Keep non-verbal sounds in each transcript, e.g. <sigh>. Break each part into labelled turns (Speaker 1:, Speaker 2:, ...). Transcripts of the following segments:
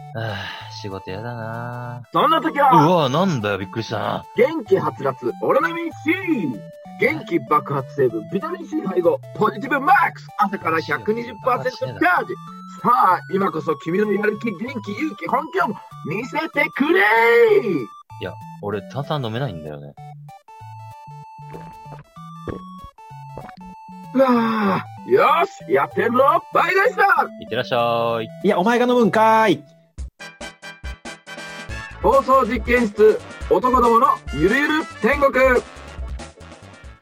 Speaker 1: ああ、 <sighs> 仕事やだな
Speaker 2: そんな時
Speaker 1: う
Speaker 2: は、
Speaker 1: わ、なんだよ、びっくりしたな。
Speaker 2: 元気はつらつ、オロナミン C! 元気爆発成分、ビタミン C 配合、ポジティブマックス朝から120%チャージさあ、今こそ君のやる気、元気、勇気、本気を見せてくれ
Speaker 1: いや、俺、炭酸飲めないんだよね。
Speaker 2: うわぁ、よし、やってるぞバイガイスだ
Speaker 1: いってらっしゃい。
Speaker 3: いや、お前が飲むんかーい。
Speaker 2: 放送実験室男どものゆるゆる天国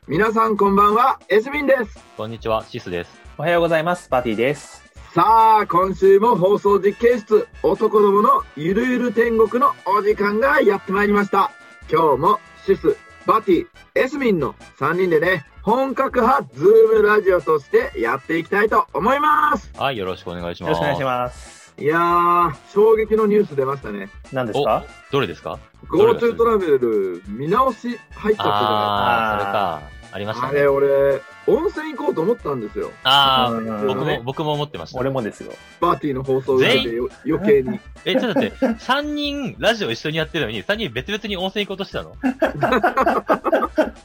Speaker 2: 皆さんこんばんはエスミンです
Speaker 1: こんにちは、シスです。
Speaker 3: おはようございます。パーティーです。
Speaker 2: さあ今週も放送実験室男どものゆるゆる天国のお時間がやってまいりました今日もシスバティエスミンの3人でね本格派ズームラジオとしてやっていきたいと思います
Speaker 1: はい、よろしくお願いし
Speaker 3: よ
Speaker 1: ます。
Speaker 3: ろしくお願いします。
Speaker 2: いやー衝撃のニュース出ましたね
Speaker 3: 何ですか
Speaker 1: す。どれですか
Speaker 2: GoTo トラベル見直し入ったってことが
Speaker 1: あー、それか。ありまし
Speaker 2: あ
Speaker 1: た
Speaker 2: れ
Speaker 1: ね。
Speaker 2: 俺温泉行こうと思ったんですよ
Speaker 1: あー、
Speaker 3: うん
Speaker 1: 僕も、僕も思ってました
Speaker 3: 俺。もですよ。
Speaker 2: バーティーの放送でよ余計に
Speaker 1: え、ちょっと待って、3人ラジオ一緒にやってるのに、3人別々に温泉行こうとしてたの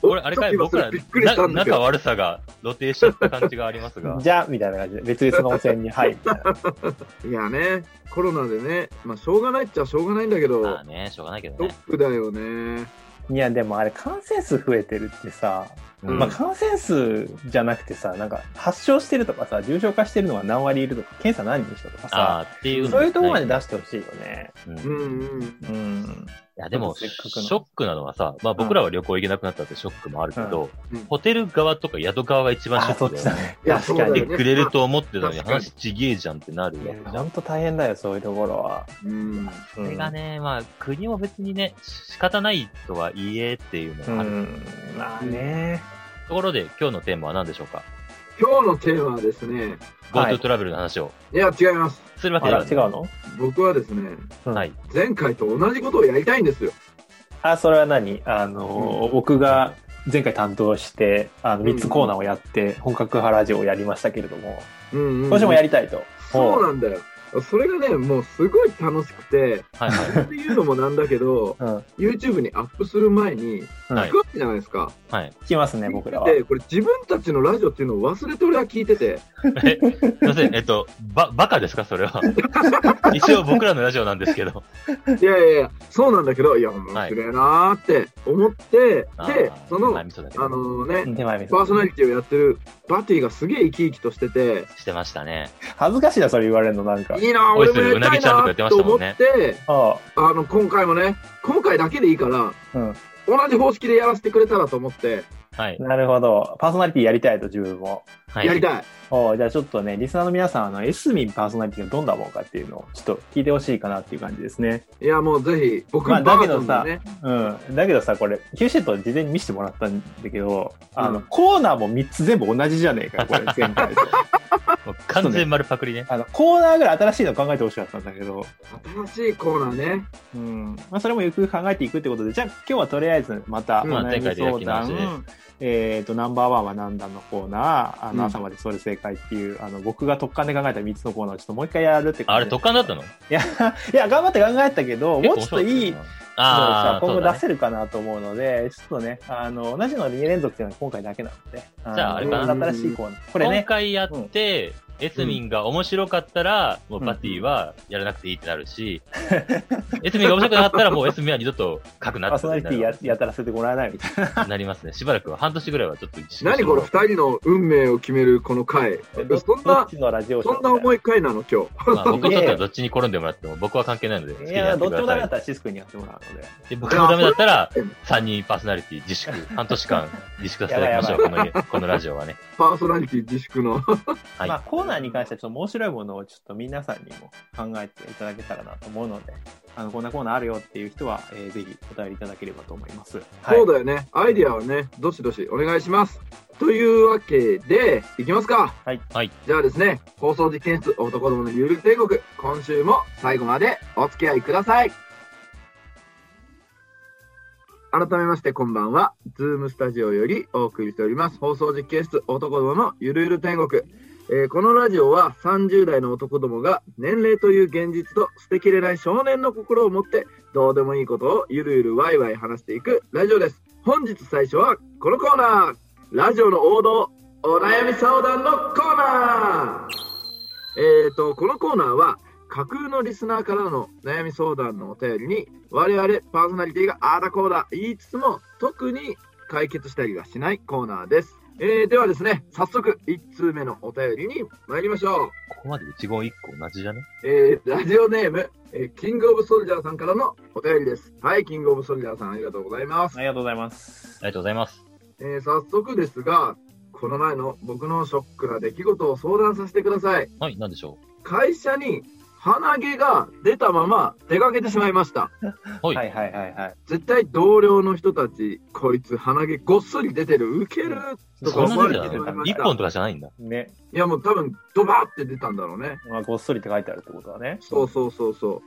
Speaker 1: 俺、あれかい、
Speaker 2: 今
Speaker 1: 僕
Speaker 2: そ
Speaker 1: ら、
Speaker 2: れびっくりした
Speaker 1: なん
Speaker 2: だけ
Speaker 1: 仲
Speaker 2: ど
Speaker 1: 悪さが露呈しちゃった感じがありますが
Speaker 3: <laughs> 。じゃあ、みたいな感じで、別々の温泉に、はい。みたいない
Speaker 2: やねコロナでねまあしょうがないっちゃしょうがないんだけど
Speaker 1: まあね、しょうがないけ
Speaker 2: ショ
Speaker 1: ど
Speaker 2: ッ
Speaker 1: ね。
Speaker 2: クだよね
Speaker 3: いや、でもあれ、感染数増えてるってさ、
Speaker 2: うん
Speaker 3: まあ、感染数じゃなくてさ、なんか、発症してるとかさ、重症化してるのは何割いるとか、検査何人したとか
Speaker 1: あ
Speaker 3: さ、
Speaker 1: あー、っていうの
Speaker 3: そういうところまで出してほしいよね。
Speaker 1: うん
Speaker 2: う
Speaker 1: い
Speaker 2: んうん
Speaker 3: うん。
Speaker 1: や、でも、
Speaker 3: せ
Speaker 1: シ
Speaker 3: っかく
Speaker 1: ョ
Speaker 3: の
Speaker 1: ックなのはさ、まあ僕らは旅行行けなくなったってショックもあるけど
Speaker 2: うんうん、
Speaker 1: ホテル側とか宿側が一番ショ
Speaker 3: あ、そ
Speaker 1: ッ
Speaker 3: っ
Speaker 1: ク
Speaker 3: ち
Speaker 1: だ
Speaker 3: だ
Speaker 1: よね。
Speaker 3: ね。
Speaker 2: いや
Speaker 3: 確か
Speaker 2: そうだ
Speaker 3: に
Speaker 1: で、
Speaker 2: よ。ね
Speaker 1: くれると思ってたのに
Speaker 2: 確かに
Speaker 1: 話ちげえじゃんってなるわけじゃん。
Speaker 3: 本当大変だよ、そういうところは。
Speaker 2: うん
Speaker 3: う
Speaker 1: そ
Speaker 3: ん
Speaker 1: れがね、まあ国も別にね、仕方ないとはいえっていうの
Speaker 3: う
Speaker 1: がある。
Speaker 3: ん。まあね。
Speaker 1: ところで今日のテーマは何でしょうか
Speaker 2: 今日のテーマはですね
Speaker 3: はい
Speaker 1: ?GoTo トラベルの話を
Speaker 2: いや違います
Speaker 1: するわけ
Speaker 3: あ
Speaker 1: で
Speaker 3: ら、
Speaker 1: は
Speaker 3: 違うの
Speaker 2: 僕はですね
Speaker 3: うん
Speaker 1: はい。
Speaker 2: 前回と同じことをやりたいんですよ
Speaker 3: あ、それは何あの、僕が前回担当して、あの、
Speaker 2: うん
Speaker 3: 3つコーナーをやって、本格派ラジオをやりましたけれども、
Speaker 2: うんうんうん
Speaker 3: 今週もやりたいと。
Speaker 2: そうなんだよそれがねもうすごい楽しくて
Speaker 1: はいはい。
Speaker 2: っていうのもなんだけ
Speaker 3: <laughs>
Speaker 2: ど
Speaker 3: うん。聞
Speaker 2: YouTube にアップする前に
Speaker 1: はい
Speaker 2: 聞くわけじゃないですか、
Speaker 1: はい。
Speaker 3: きますね、僕らは。
Speaker 2: で、これ自分たちのラジオっていうのを忘れて俺は聞いてて、
Speaker 1: え、すいませ
Speaker 2: <laughs>
Speaker 1: ん、えっと、ば、バカですかそれは。一応僕らのラジオなんですけど。
Speaker 2: いやいやいや、そうなんだけど、いや、面白いなーって思って、
Speaker 1: あ
Speaker 2: で
Speaker 1: ー、
Speaker 2: その、
Speaker 1: まあ
Speaker 2: あ
Speaker 1: 味噌だけど
Speaker 2: のね、
Speaker 3: 手前味
Speaker 2: パーソナ
Speaker 3: 噌。
Speaker 2: リティをやってるバティがすげえ生き生きとしてて、
Speaker 1: してましたね。
Speaker 3: 恥ずかしいな、それ言われるの、なんか。
Speaker 2: いいなー、
Speaker 1: オイ
Speaker 2: 俺
Speaker 1: ス
Speaker 2: も
Speaker 1: ル
Speaker 2: やりたいなーって思って、
Speaker 3: あ
Speaker 2: あの、今回もね、今回だけでいいから、
Speaker 3: あ、うん。
Speaker 2: 同じ方式でやらせてくれたらと思って、
Speaker 1: はい。
Speaker 3: なるほど。パーソナリティやりたいと、自分も。
Speaker 1: はい。
Speaker 2: やりたい。
Speaker 3: おうじゃあちょっとね、リスナーの皆さん、あの、エスミンパーソナリティがどんなもんかっていうのを、ちょっと聞いてほしいかなっていう感じですね。
Speaker 2: いや、もうぜひ、僕
Speaker 3: まあ
Speaker 2: バ
Speaker 3: だ
Speaker 2: ー
Speaker 3: け
Speaker 2: ジョ
Speaker 3: ど
Speaker 2: ン
Speaker 3: さ
Speaker 2: でね、
Speaker 3: うん。だけどさ、これ、Q シート事前に見せてもらったんだけど、あの、
Speaker 2: うん
Speaker 3: コーナーも3つ全部同じじゃねえかよ、これ、前回と。
Speaker 1: もう完全丸パクリね。
Speaker 3: あの、コーナーぐらい新しいの考えてほしかったんだけど、
Speaker 2: 新しいコーナーね、
Speaker 3: うん。まあ、それもゆくゆく考えていくってことで、じゃあ今日はとりあえずまた、
Speaker 2: うん
Speaker 1: ま
Speaker 3: お悩み
Speaker 1: あ前回でやり直し
Speaker 3: えっ、と、ナンバーワンは何だのコーナー、あ
Speaker 2: う
Speaker 3: の、
Speaker 2: ん
Speaker 3: 朝までそれ正解っていう、あの、僕が特感で考えた3つのコーナーをちょっともう一回やるってことで
Speaker 1: あれ、特感だったの
Speaker 3: いや、いや、頑張って考えたけど、もうちょっといい
Speaker 1: 結構面白かったけどな
Speaker 3: のを
Speaker 1: あ
Speaker 3: さ
Speaker 1: あ、
Speaker 3: 今後
Speaker 1: そうだ
Speaker 3: 出
Speaker 1: ね
Speaker 3: せるかなと思うので、ちょっとね、あの、同じの2連続っていうのは今回だけなので、
Speaker 1: じゃああれか
Speaker 2: な
Speaker 3: 新しいコーナー。これ
Speaker 1: 今
Speaker 3: ね、
Speaker 1: 回やって、エスミンが面白かったら、もうバティはやらなくていいってなる
Speaker 3: <laughs>
Speaker 1: し、エスミンが面白くなかったら、もうエスミンは二度と書くな
Speaker 3: パー
Speaker 1: ってこ
Speaker 3: ソ
Speaker 1: と
Speaker 3: ナリ
Speaker 1: に
Speaker 3: テ
Speaker 1: な
Speaker 3: ィ
Speaker 1: る
Speaker 3: ややたらせてもらえないみたいな。
Speaker 1: なりますね。しばらくは、半年ぐらいはちょっと自粛して
Speaker 2: 何
Speaker 1: もら
Speaker 2: この
Speaker 1: おう
Speaker 2: 二人の運命を決めるこの回、そん
Speaker 3: ど
Speaker 2: な
Speaker 3: っちのラジオショー
Speaker 2: そんな重い回なの今日。
Speaker 1: まあ僕にとってはどっちに転んでもらっても、僕は関係ないので、好き
Speaker 3: い
Speaker 1: にや
Speaker 3: や、
Speaker 1: って
Speaker 3: どっ
Speaker 1: く
Speaker 3: ち
Speaker 1: だ
Speaker 3: もダメ
Speaker 1: さ
Speaker 3: だったらシス君にやってもらうので。
Speaker 1: い。で、僕もダメだったら、3人パーソナリティ自粛、半年間自粛させていただきましょう、この家このラジオはね。
Speaker 2: パーソナリティ自粛の。
Speaker 1: はい
Speaker 3: まあ、コーナーに関してはちょっと面白いものをちょっと皆さんにも考えていただけたらなと思うので、あの、こんなコーナーあるよっていう人は、えーぜひお便りいただければと思います。はい。
Speaker 2: そうだよね。アイディアはね、どしどしお願いします。というわけで、いきますか。
Speaker 3: はい。
Speaker 1: はい。
Speaker 2: じゃあですね、放送実験室男どものゆる帝国、今週も最後までお付き合いください。改めましてこんばんは。ズームスタジオよりお送りしております。放送実験室男どものゆるゆる天国。えーこのラジオは30代の男どもが年齢という現実と捨てきれない少年の心を持ってどうでもいいことをゆるゆるワイワイ話していくラジオです本日最初はこのコーナーラジオの王道お悩み相談のコーナーえっ、とこのコーナーは架空のリスナーからの悩み相談のお便りに我々パーソナリティがあーだこうだ言いつつも特に解決したりはしないコーナーです、えーではですね早速1通目のお便りに参りましょう
Speaker 1: ここまで一言一個同じじゃね
Speaker 2: えーラジオネーム、えーキングオブソルジャーさんからのお便りです。はい、キングオブソルジャーさんありがとうございます。
Speaker 3: ありがとうございます
Speaker 1: あ。りがとうございます。
Speaker 2: えー早速ですが、この前の僕のショックな出来事を相談させてください。
Speaker 1: はい、なんでしょ
Speaker 2: 会社に鼻毛が出たまま出かけてしまいました。
Speaker 1: う。は。
Speaker 3: はいいはいはいはい。
Speaker 2: 絶対同僚の人たち、こいつ鼻毛ごっそり出てる、ウケるとか
Speaker 1: そん
Speaker 2: 思
Speaker 1: な
Speaker 2: わ
Speaker 1: 出
Speaker 2: れ
Speaker 1: て
Speaker 2: て
Speaker 1: た
Speaker 2: しまい
Speaker 1: の
Speaker 2: ま
Speaker 1: 一
Speaker 2: した。
Speaker 1: 本とかじゃないんだ。
Speaker 3: ね。
Speaker 2: いやもう多分ドバーって出たんだろうね。
Speaker 3: まあ、ごっそりって書いてあるってことだね。
Speaker 2: そうそうそうそ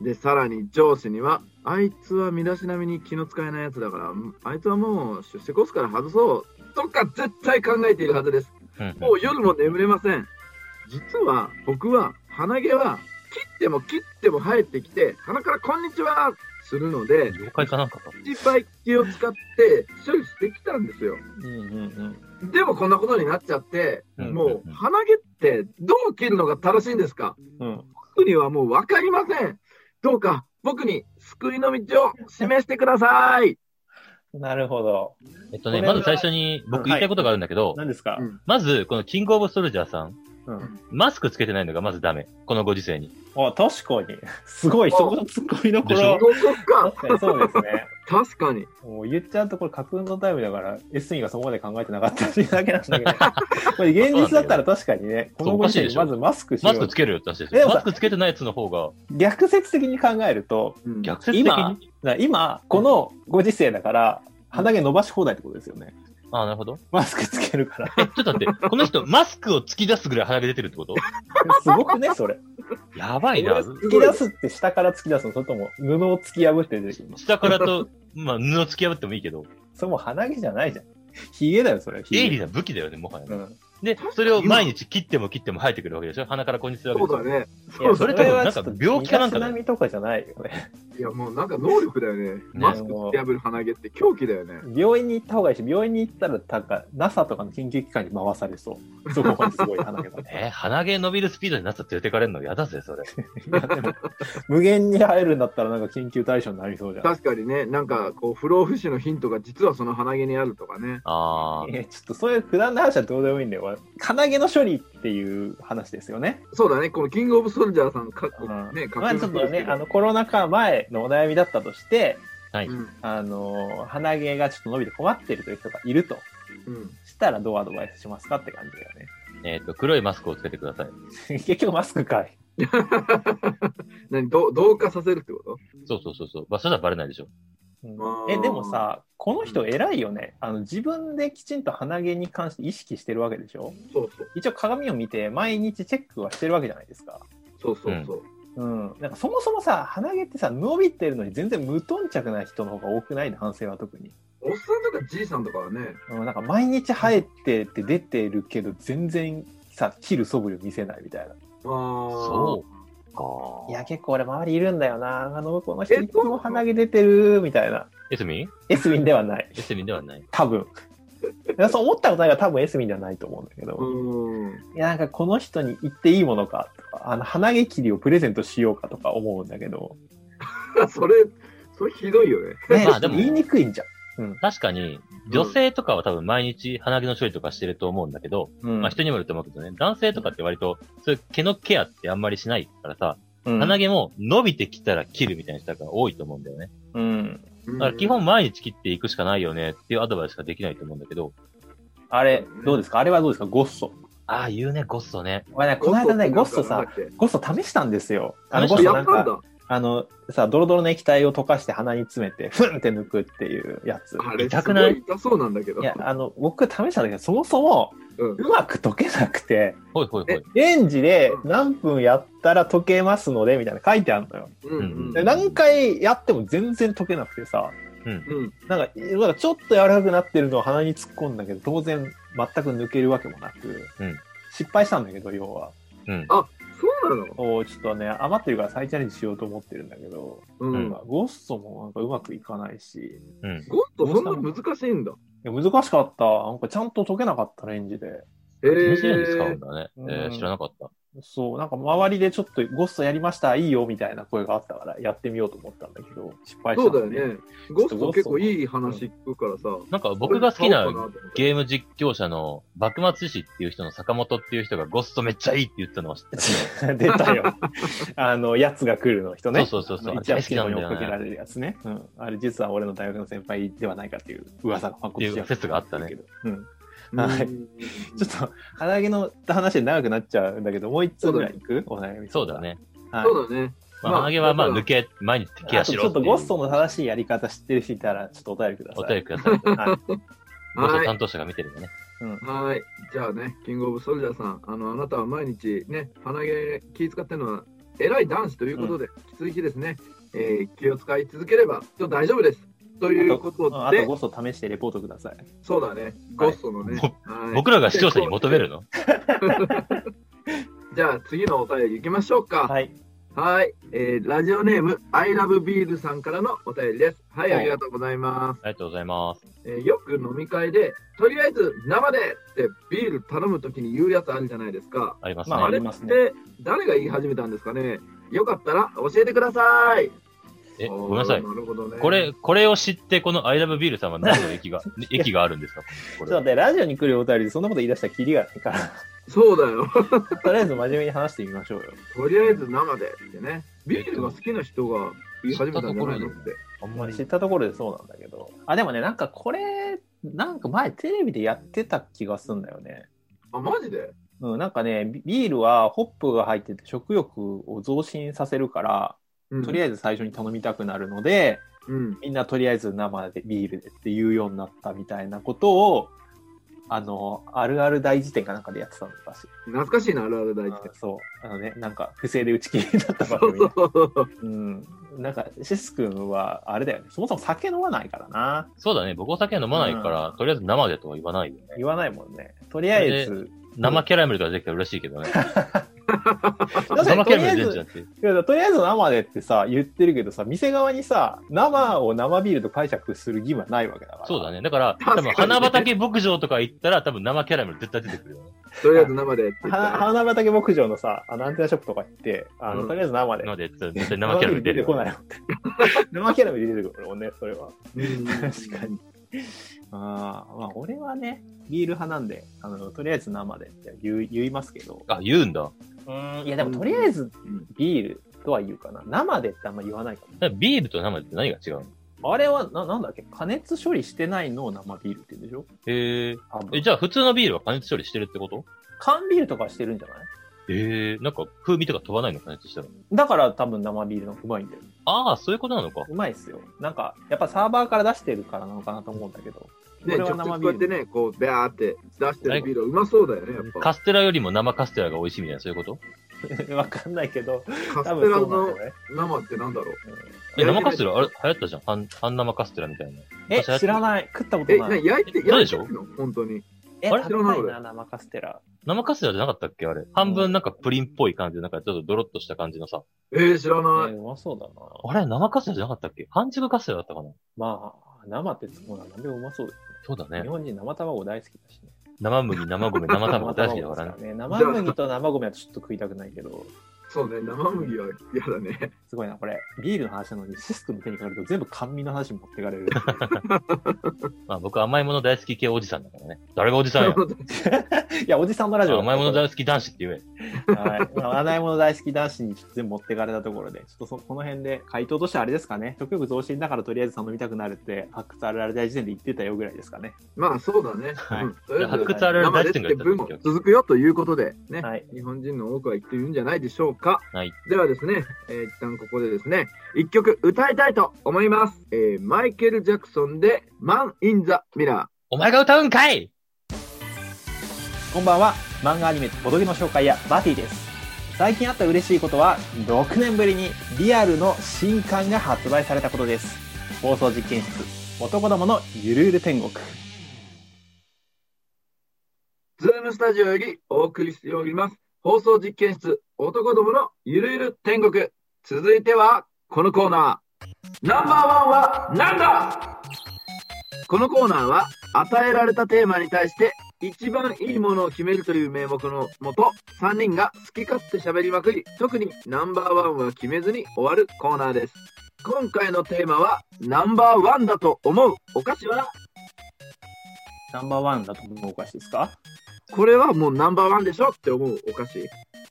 Speaker 2: う。で、さらに上司には、あいつは身だしなみに気の使えないやつだから、うんあいつはもう出世コースから外そうとか絶対考えているはずです。
Speaker 1: うんうん
Speaker 2: もう夜も眠れません。実は僕は鼻毛は切っても切っても生えてきて、鼻からこんにちはするので、
Speaker 1: 妖怪かなんかか。
Speaker 2: いっぱい気を使って処理してきたんですよ。
Speaker 3: うんうんうん。
Speaker 2: でもこんなことになっちゃって、
Speaker 1: うん
Speaker 2: もう鼻毛ってどう切るのが正しいんですか
Speaker 3: うん。
Speaker 2: 僕にはもう分かりません。どうか僕に救いの道を示してください。
Speaker 3: なるほど。
Speaker 1: えっと
Speaker 3: こ
Speaker 1: ね、
Speaker 3: れは
Speaker 1: まず最初に僕言いたいことがあるんだけど、
Speaker 3: 何ですか、
Speaker 2: うん
Speaker 1: まず、このキングオブソルジャーさん、
Speaker 3: うん。
Speaker 1: マスクつけてないのがまずダメ。このご時世に。
Speaker 3: あ、確かに。 <laughs> すごい、そこのツッコミどこ
Speaker 1: でし
Speaker 3: ろ
Speaker 1: ょ。
Speaker 2: こか。
Speaker 3: 確かにそうですね。
Speaker 2: 確かに。
Speaker 3: もう言っちゃうとこれ架空のタイムだから、エスミがそこまで考えてなかったっていうだけなんだけど、 <laughs> これ現実だったら確かにね、こ
Speaker 1: そう
Speaker 3: のご時
Speaker 1: おかしい
Speaker 3: 世
Speaker 1: で
Speaker 3: に
Speaker 1: しょ
Speaker 3: まずマスクしよ
Speaker 1: マス
Speaker 3: う
Speaker 1: クつけるよって話です
Speaker 3: で
Speaker 1: よ。
Speaker 3: もさ
Speaker 1: マスクつけてないやつの方が、
Speaker 3: 逆説的に考えると、
Speaker 2: うん
Speaker 1: 逆説的
Speaker 3: 今
Speaker 1: に。、
Speaker 3: な今、このご時世だから、鼻毛伸ばし放題ってことですよね。
Speaker 1: ああ、なるほど。
Speaker 3: マスクつけるから。 <laughs>
Speaker 1: え、ちょっと待って。この人、マスクを突き出すぐらい鼻毛出てるってこと
Speaker 3: すごくね、そ
Speaker 1: <laughs>
Speaker 3: れ。
Speaker 1: やばいな。
Speaker 3: 突き出すって下から突き出すの、それとも布を突き破って出てくるの。
Speaker 1: 下からと、まあ、布突き破ってもいいけど、
Speaker 3: それもう鼻毛じゃないじゃん。ヒゲだよ、それ。
Speaker 1: 鋭利
Speaker 3: だ。
Speaker 1: な武器だよね、もはやね
Speaker 3: う。ん。
Speaker 1: で、それを毎日切っても切っても生えてくるわけでしょ鼻からこんにちは。
Speaker 2: そうだ。ね。
Speaker 3: いや、
Speaker 2: そう
Speaker 3: そ
Speaker 2: だ
Speaker 3: れ
Speaker 1: と
Speaker 2: ね。
Speaker 3: はちょっと
Speaker 1: なんか病気かなんかだよ
Speaker 3: 身だしなみとかじゃないよね。
Speaker 2: いやもうなんか能力だよね。マスク突き破る鼻毛って狂気だよね。
Speaker 3: 病院に行った方がいいし、病院に行ったら、なんか、NASA とかの研究機関に回されそう。そこまですごい鼻毛が
Speaker 1: えー鼻毛伸びるスピードになったら連れてかれるの嫌だぜ、
Speaker 3: <laughs>
Speaker 1: それ。
Speaker 3: いやでも無限に入るんだったら、なんか研究対象になりそうじゃん。
Speaker 2: 確かにね、なんかこう不老不死のヒントが実はその鼻毛にあるとかね。
Speaker 1: あー。
Speaker 3: えちょっとそういう普段の話はどうでもいいんだよ。俺鼻毛の処理っていう話ですよね。
Speaker 2: そうだね、このキングオブソルジャーさんかっこ
Speaker 3: うん
Speaker 2: ね、
Speaker 3: まあちょっとね、あ
Speaker 2: の、
Speaker 3: の、コロナ禍前のお悩みだったとして、
Speaker 1: はい。
Speaker 2: うん
Speaker 3: あの、鼻毛がちょっと伸びて困ってるという人がいると
Speaker 2: うん、
Speaker 3: したらどうアドバイスしますかって感じだよ
Speaker 1: えっと、黒いマスクをつけてください。
Speaker 3: ね。 <laughs> 結局マスクかい。
Speaker 2: 何ど同化させるってこと
Speaker 1: そうそうそうそう。まあ、それはバレないでしょ。
Speaker 2: あー
Speaker 3: えでもさこの人偉いよねあの自分できちんと鼻毛に関して意識してるわけでしょ
Speaker 2: そうそう
Speaker 3: 一応鏡を見て毎日チェックはしてるわけじゃないですか
Speaker 2: そうそうそう、
Speaker 3: うんなんかそもそもさ鼻毛ってさ伸びてるのに全然無頓着な人の方が多くないの反省は特に、
Speaker 2: おっさんとかじいさんとかはね
Speaker 3: うん、なんか毎日生えてって出てるけど全然さ切る素振りを見せないみたいな
Speaker 2: あそ
Speaker 1: そうか。
Speaker 3: いや結構俺周りいるんだよなあのこの人
Speaker 2: え
Speaker 3: いつも鼻毛出てるみたいな
Speaker 1: エスミン
Speaker 3: エスミンではない
Speaker 1: エスミンではない。
Speaker 2: <laughs>
Speaker 3: 多分いやそう思ったことないから多分エスミンではないと思うんだけど、
Speaker 2: うん
Speaker 3: いや、なんかこの人に言っていいものかとか、あの、鼻毛切りをプレゼントしようかとか思うんだけど、
Speaker 2: それそれひどいよね
Speaker 3: ね、
Speaker 1: まあでも
Speaker 3: 言いにくいんじゃん。
Speaker 1: 確かに、女性とかは多分毎日鼻毛の処理とかしてると思うんだけど、
Speaker 3: うん
Speaker 1: まあ人にもよると思うけどね、男性とかって割と、そういう毛のケアってあんまりしないからさ、鼻
Speaker 3: 毛、
Speaker 1: 毛も伸びてきたら切るみたいな人が多いと思うんだよね。
Speaker 3: うん。
Speaker 2: だ
Speaker 1: だから基本毎日切っていくしかないよねっていうアドバイスしかできないと思うんだけど、
Speaker 3: あれ、どうですかあれはどうですかゴッソ。
Speaker 1: ああ、言うね、ごっそね。
Speaker 3: まあね、この間ね、ゴッソさ、ゴッソ試したんですよ。あの、
Speaker 1: 試
Speaker 3: ゴ
Speaker 1: し
Speaker 3: ッ
Speaker 1: た
Speaker 3: ソ
Speaker 2: や
Speaker 3: な
Speaker 2: ったんだ
Speaker 3: んか、あの、さ、ドロドロの液体を溶かして鼻に詰めて、ふんって抜くっていうやつ。
Speaker 2: あれ
Speaker 1: 痛くない
Speaker 2: すご痛そうなんだけど
Speaker 3: いや、あの、僕試したんだけど、そもそも、
Speaker 2: うん
Speaker 3: うまく溶けなくて、
Speaker 1: ほいほいほい。
Speaker 3: レンジで何分やったら溶けますので、みたいな書いてあるのよ。
Speaker 2: うんうん
Speaker 3: で何回やっても全然溶けなくてさ、
Speaker 2: うん
Speaker 3: なんか、なんかちょっと柔らかくなってるのを鼻に突っ込んだけど、当然全く抜けるわけもなく、
Speaker 1: うん
Speaker 3: 失敗したんだけど、要は。
Speaker 1: うん。
Speaker 2: そうなの
Speaker 3: おちょっとね、余ってるから再チャレンジしようと思ってるんだけど、
Speaker 2: う
Speaker 3: なん
Speaker 2: ん。
Speaker 3: かゴーストもなんかうまくいかないし、
Speaker 1: うん。
Speaker 2: ゴッドそんな難しいんだ。
Speaker 3: いや難しかった。なんかちゃんと解けなかったレンジで。
Speaker 2: え
Speaker 1: 電子レンジ使う
Speaker 2: ー
Speaker 1: ん、だね。え
Speaker 3: う
Speaker 1: ー
Speaker 3: ん
Speaker 1: 知らなかった。
Speaker 3: そう、なんか周りでちょっとゴーストやりました、いいよみたいな声があったからやってみようと思ったんだけど、失敗し
Speaker 2: そ
Speaker 3: た
Speaker 2: うだよね。ゴッド結構いい話聞くからさ。
Speaker 1: なんか僕が好きな
Speaker 2: これ買おうかと思って
Speaker 1: ゲーム実況者の幕末志士っていう人の坂本っていう人がゴストめっちゃいいって言ったのを知ってた。
Speaker 3: ね。 <laughs> 出たよ。あの、やつが来るの人ね。
Speaker 1: そうそうそうそう
Speaker 3: あの一夜好きなのに
Speaker 1: 大
Speaker 3: 追
Speaker 1: 好
Speaker 3: っ
Speaker 1: きな
Speaker 3: か
Speaker 1: んだよね
Speaker 3: けられるやつね。うん。あれ実は俺の大学の先輩ではないかっていう噂がまこ
Speaker 1: っていう説があったね。
Speaker 3: うん。
Speaker 2: うん
Speaker 3: はいちょっと、鼻毛の話で長くなっちゃうんだけど、もう一つぐらいいくお悩み。
Speaker 1: そうだ。ね。
Speaker 3: はい。
Speaker 2: そうだね。
Speaker 1: ま
Speaker 2: ま
Speaker 1: あ、
Speaker 2: あ
Speaker 1: 鼻毛はまあ
Speaker 2: だか
Speaker 1: 抜
Speaker 2: ら
Speaker 1: け、毎日ケ
Speaker 3: あ
Speaker 1: ア
Speaker 3: と
Speaker 1: し
Speaker 3: ち
Speaker 1: ろ
Speaker 3: ょ
Speaker 1: っ
Speaker 3: ってと
Speaker 1: いう
Speaker 3: ゴストの正しいやり方知ってる人いたら、ちょっとお便りください。
Speaker 1: お便りください。
Speaker 3: はい。
Speaker 1: ゴスト
Speaker 2: はい。
Speaker 1: 担当者が見てるんだね。
Speaker 3: うん。
Speaker 2: はい。じゃあね、キングオブソルジャーさん、あの、あなたは毎日ね、鼻毛気使ってるのは偉い男子ということで、引き続きですね、えー気を使い続ければ、ちょっと大丈夫です。というこ
Speaker 3: あ
Speaker 2: と
Speaker 3: あと
Speaker 2: で、
Speaker 3: ゴスト試してレポートください。
Speaker 2: そうだね、ゴストのね。はい
Speaker 1: 僕らが視聴者に求めるの <laughs>
Speaker 2: じゃあ次のお便り行きましょうか。
Speaker 3: はい。
Speaker 2: はい、えーラジオネーム、I love beer さんからのお便りです。はい、
Speaker 3: はい
Speaker 2: ありがとうございま
Speaker 1: ありがとうございます。
Speaker 2: す。えーよく飲み会で、とりあえず生でってビール頼むときに言うやつあるじゃないですか。
Speaker 1: ありますね。
Speaker 3: ま
Speaker 2: あ
Speaker 3: あ
Speaker 2: れ
Speaker 3: り
Speaker 2: っ
Speaker 3: ますね
Speaker 2: て誰が言い始めたんですかね。よかったら教えてください。
Speaker 1: え、ごめんなさい
Speaker 2: お。ーなるほどね。
Speaker 1: これ、これを知って、このアイラブビールさんは何の駅が、 <laughs> 駅があるんですかこ
Speaker 3: ちょっ
Speaker 1: れ
Speaker 3: と
Speaker 1: は。
Speaker 3: 待って、ラジオに来るお便りでそんなこと言い出したらキリがないから、 <laughs>
Speaker 2: そうだよ。 <laughs>
Speaker 3: とりあえず真面目に話してみましょうよ。
Speaker 2: とりあえず生でってね。ビールが好きな人が言い始めたんじゃないのって。
Speaker 1: あん
Speaker 3: ま
Speaker 1: ま
Speaker 3: あ
Speaker 1: り
Speaker 3: 知ったところでそうなんだけど。あ、でもね、なんかこれ、なんか前テレビでやってた気がすんだよね。
Speaker 2: あ、マジで
Speaker 3: うん、なんかね、ビビールはホップが入ってて食欲を増進させるから、とり
Speaker 2: あ
Speaker 3: あえず最初に頼みたくなるので、
Speaker 2: えず。うん。
Speaker 3: みんなとりあえず生でビールでって言うようになったみたいなことを、あの、あるある大辞典かなんかでやってたのかし
Speaker 2: 懐かしいな、あるある大
Speaker 3: ら。
Speaker 2: 事
Speaker 3: そう。あのね、なんか不正で打ち切りになった
Speaker 2: そ
Speaker 3: 番
Speaker 2: う
Speaker 3: <laughs> 組。
Speaker 2: そうそうそう。
Speaker 3: うん。なんか、シス君は、あれだよね。そもそも酒飲まないからな。
Speaker 1: そうだね。僕お酒飲まないから、とりあえず生でとは言わないよね。
Speaker 3: 言わないもんね。とりあえず、
Speaker 1: 生キャラメルとかできたら嬉しいけど
Speaker 3: <laughs>
Speaker 1: ね。
Speaker 3: だって
Speaker 1: 生キャラメル出
Speaker 3: とり
Speaker 1: ち
Speaker 3: あ
Speaker 1: ゃっ
Speaker 3: え
Speaker 1: て。
Speaker 3: ずいやとりあえず生でってさ、言ってるけどさ、店側にさ、生を生ビールと解釈する義務はないわけだから。
Speaker 1: そうだ。ね。だから、
Speaker 2: 確
Speaker 1: 多
Speaker 2: かに
Speaker 1: 分、花畑牧場とか行ったら、多分生キャラメル絶対出てく
Speaker 3: <laughs>
Speaker 1: るよね。
Speaker 2: とりあえず生でって言った
Speaker 3: 花 <laughs>
Speaker 2: ら。
Speaker 3: 花畑牧場のさ、あのアンテナショップとか行って、あの、
Speaker 2: うん
Speaker 3: とりあえず生で。
Speaker 1: なので、絶対生キャラメル出
Speaker 3: 出
Speaker 1: る
Speaker 3: て
Speaker 1: よ
Speaker 3: こ
Speaker 1: ね。
Speaker 3: ないもんね。生キャラメル出てくるもんね、それは。
Speaker 2: 確
Speaker 3: かに。ああ、まあ俺はね、ビール派なんで、あの、とりあえず生でって言う言いますけど。
Speaker 1: あ、言うんだ。
Speaker 3: うん、いやでもとりあえずビールとは言うかな。生でってあんま言わないかも。
Speaker 1: ビールと生でって何が違うの
Speaker 3: あれはな、なんだっけ加熱処理してないのを生ビールって言うんでしょ
Speaker 1: へえ。
Speaker 3: 多分
Speaker 1: え、じゃあ普通のビールは加熱処理してるってこと
Speaker 3: 缶ビールとかしてるんじゃない
Speaker 1: ええなんか風味とか飛ばないの加熱したら。
Speaker 3: だから多分生ビールの方がうまいんだよ。
Speaker 1: ああ、そういうことなのか。
Speaker 3: うまいっすよ。なんか、やっぱサーバーから出してるからなのかなと思うんだけど。
Speaker 2: ね、直接こうやってね、こう、ビャーって出してるビール、うまそうだよね、やっぱ。
Speaker 1: カステラよりも生カステラが美味しいみたいな、そういうこと
Speaker 3: ル。 <laughs> わかんないけど、
Speaker 2: カステ
Speaker 3: 多
Speaker 2: ラ
Speaker 3: 分そうなんだ
Speaker 2: の
Speaker 3: よね。
Speaker 2: 生ってなんだろう。
Speaker 1: え、生カステラあれ、流行ったじゃん。半半生カステラみたいな。
Speaker 3: うんえ、知らない。食ったこ
Speaker 2: え、
Speaker 3: とな。
Speaker 2: ない焼いて、
Speaker 1: ない
Speaker 2: 焼
Speaker 1: で
Speaker 2: い
Speaker 1: してょ
Speaker 2: るの本当に。
Speaker 3: え、
Speaker 1: あれ
Speaker 3: 高い
Speaker 2: 知ら
Speaker 3: な、生カステラ。
Speaker 1: 生カステラじゃなかったっけあれ。半分なんかプリンっぽい感じで、なんかちょっとドロッとした感じのさ。
Speaker 2: えー、知ら
Speaker 3: え
Speaker 2: ない。
Speaker 3: うまそうだな。
Speaker 1: あれ生カステラじゃなかったっけ半熟カステラだったかな
Speaker 3: まあ、生ってつもなんでもうまそうです
Speaker 1: そうだ
Speaker 3: ね。
Speaker 1: ね
Speaker 3: 日。本人生卵大好きだしね。
Speaker 1: 生麦、生米、生
Speaker 2: <laughs>
Speaker 1: 卵大好きだからね。
Speaker 3: ね。生麦と生米はちょっと食いたくないけど、
Speaker 2: そうね、生麦は嫌だね。
Speaker 3: すごいな、これ。ビールの話なのに、シスクの手にかかると全部甘味の話に持ってかれ
Speaker 1: <laughs>
Speaker 3: る。
Speaker 1: まあ僕甘いもの大好き系おじさんだからね。誰がおじさんや。
Speaker 2: はい
Speaker 3: や、おじさんのラジオだ
Speaker 1: 甘いもの
Speaker 3: これ
Speaker 1: 大好き男子って言え。
Speaker 3: はい。まあ甘いもの大好き男子にちょっと全部持ってかれたところで、ちょっとそこの辺で回答としてはあれですかね。食欲増進だからとりあえず頼みたくなるって、発掘あるある大事典で言ってたよぐらいですかね。
Speaker 2: <laughs> まあ、そうだね。
Speaker 3: はい
Speaker 2: うんとりあえ
Speaker 1: 発
Speaker 2: ず
Speaker 1: 掘あるある
Speaker 2: 生
Speaker 1: 大好
Speaker 2: でっ
Speaker 1: きが
Speaker 2: て
Speaker 1: 言った
Speaker 2: 分
Speaker 1: 時
Speaker 2: も
Speaker 1: は
Speaker 2: 続くよということで、ね。
Speaker 3: はい。
Speaker 2: 日本人の多くは言っているんじゃないでしょうか。
Speaker 1: はい。
Speaker 2: ではですね、えー一旦ここでですね、一曲歌いたいと思います。えーマイケル・ジャクソンで、マン・イン・ザ・ミラー。
Speaker 1: お前が歌うんかい
Speaker 3: こんばんは。漫画アニメ、ボドゲの紹介やバティです。最近あった嬉しいことは、6年ぶりにリアルの新刊が発売されたことです。放送実験室、男どものゆるゆる天国。
Speaker 2: ズームスタジオよりお送りしております。放送実験室、男どものゆるゆる天国。続いては、このコーナー。ナンバーワンはなんだこのコーナーは、与えられたテーマに対して、一番いいものを決めるという名目のもと、3人が好き勝手喋りまくり、特にナンバーワンは決めずに終わるコーナーです。今回のテーマは、ナンバーワンだと思うお菓子は
Speaker 3: ナンバーワンだと思うお菓子ですか
Speaker 2: これはもうナンバーワンでしょって思うお菓子。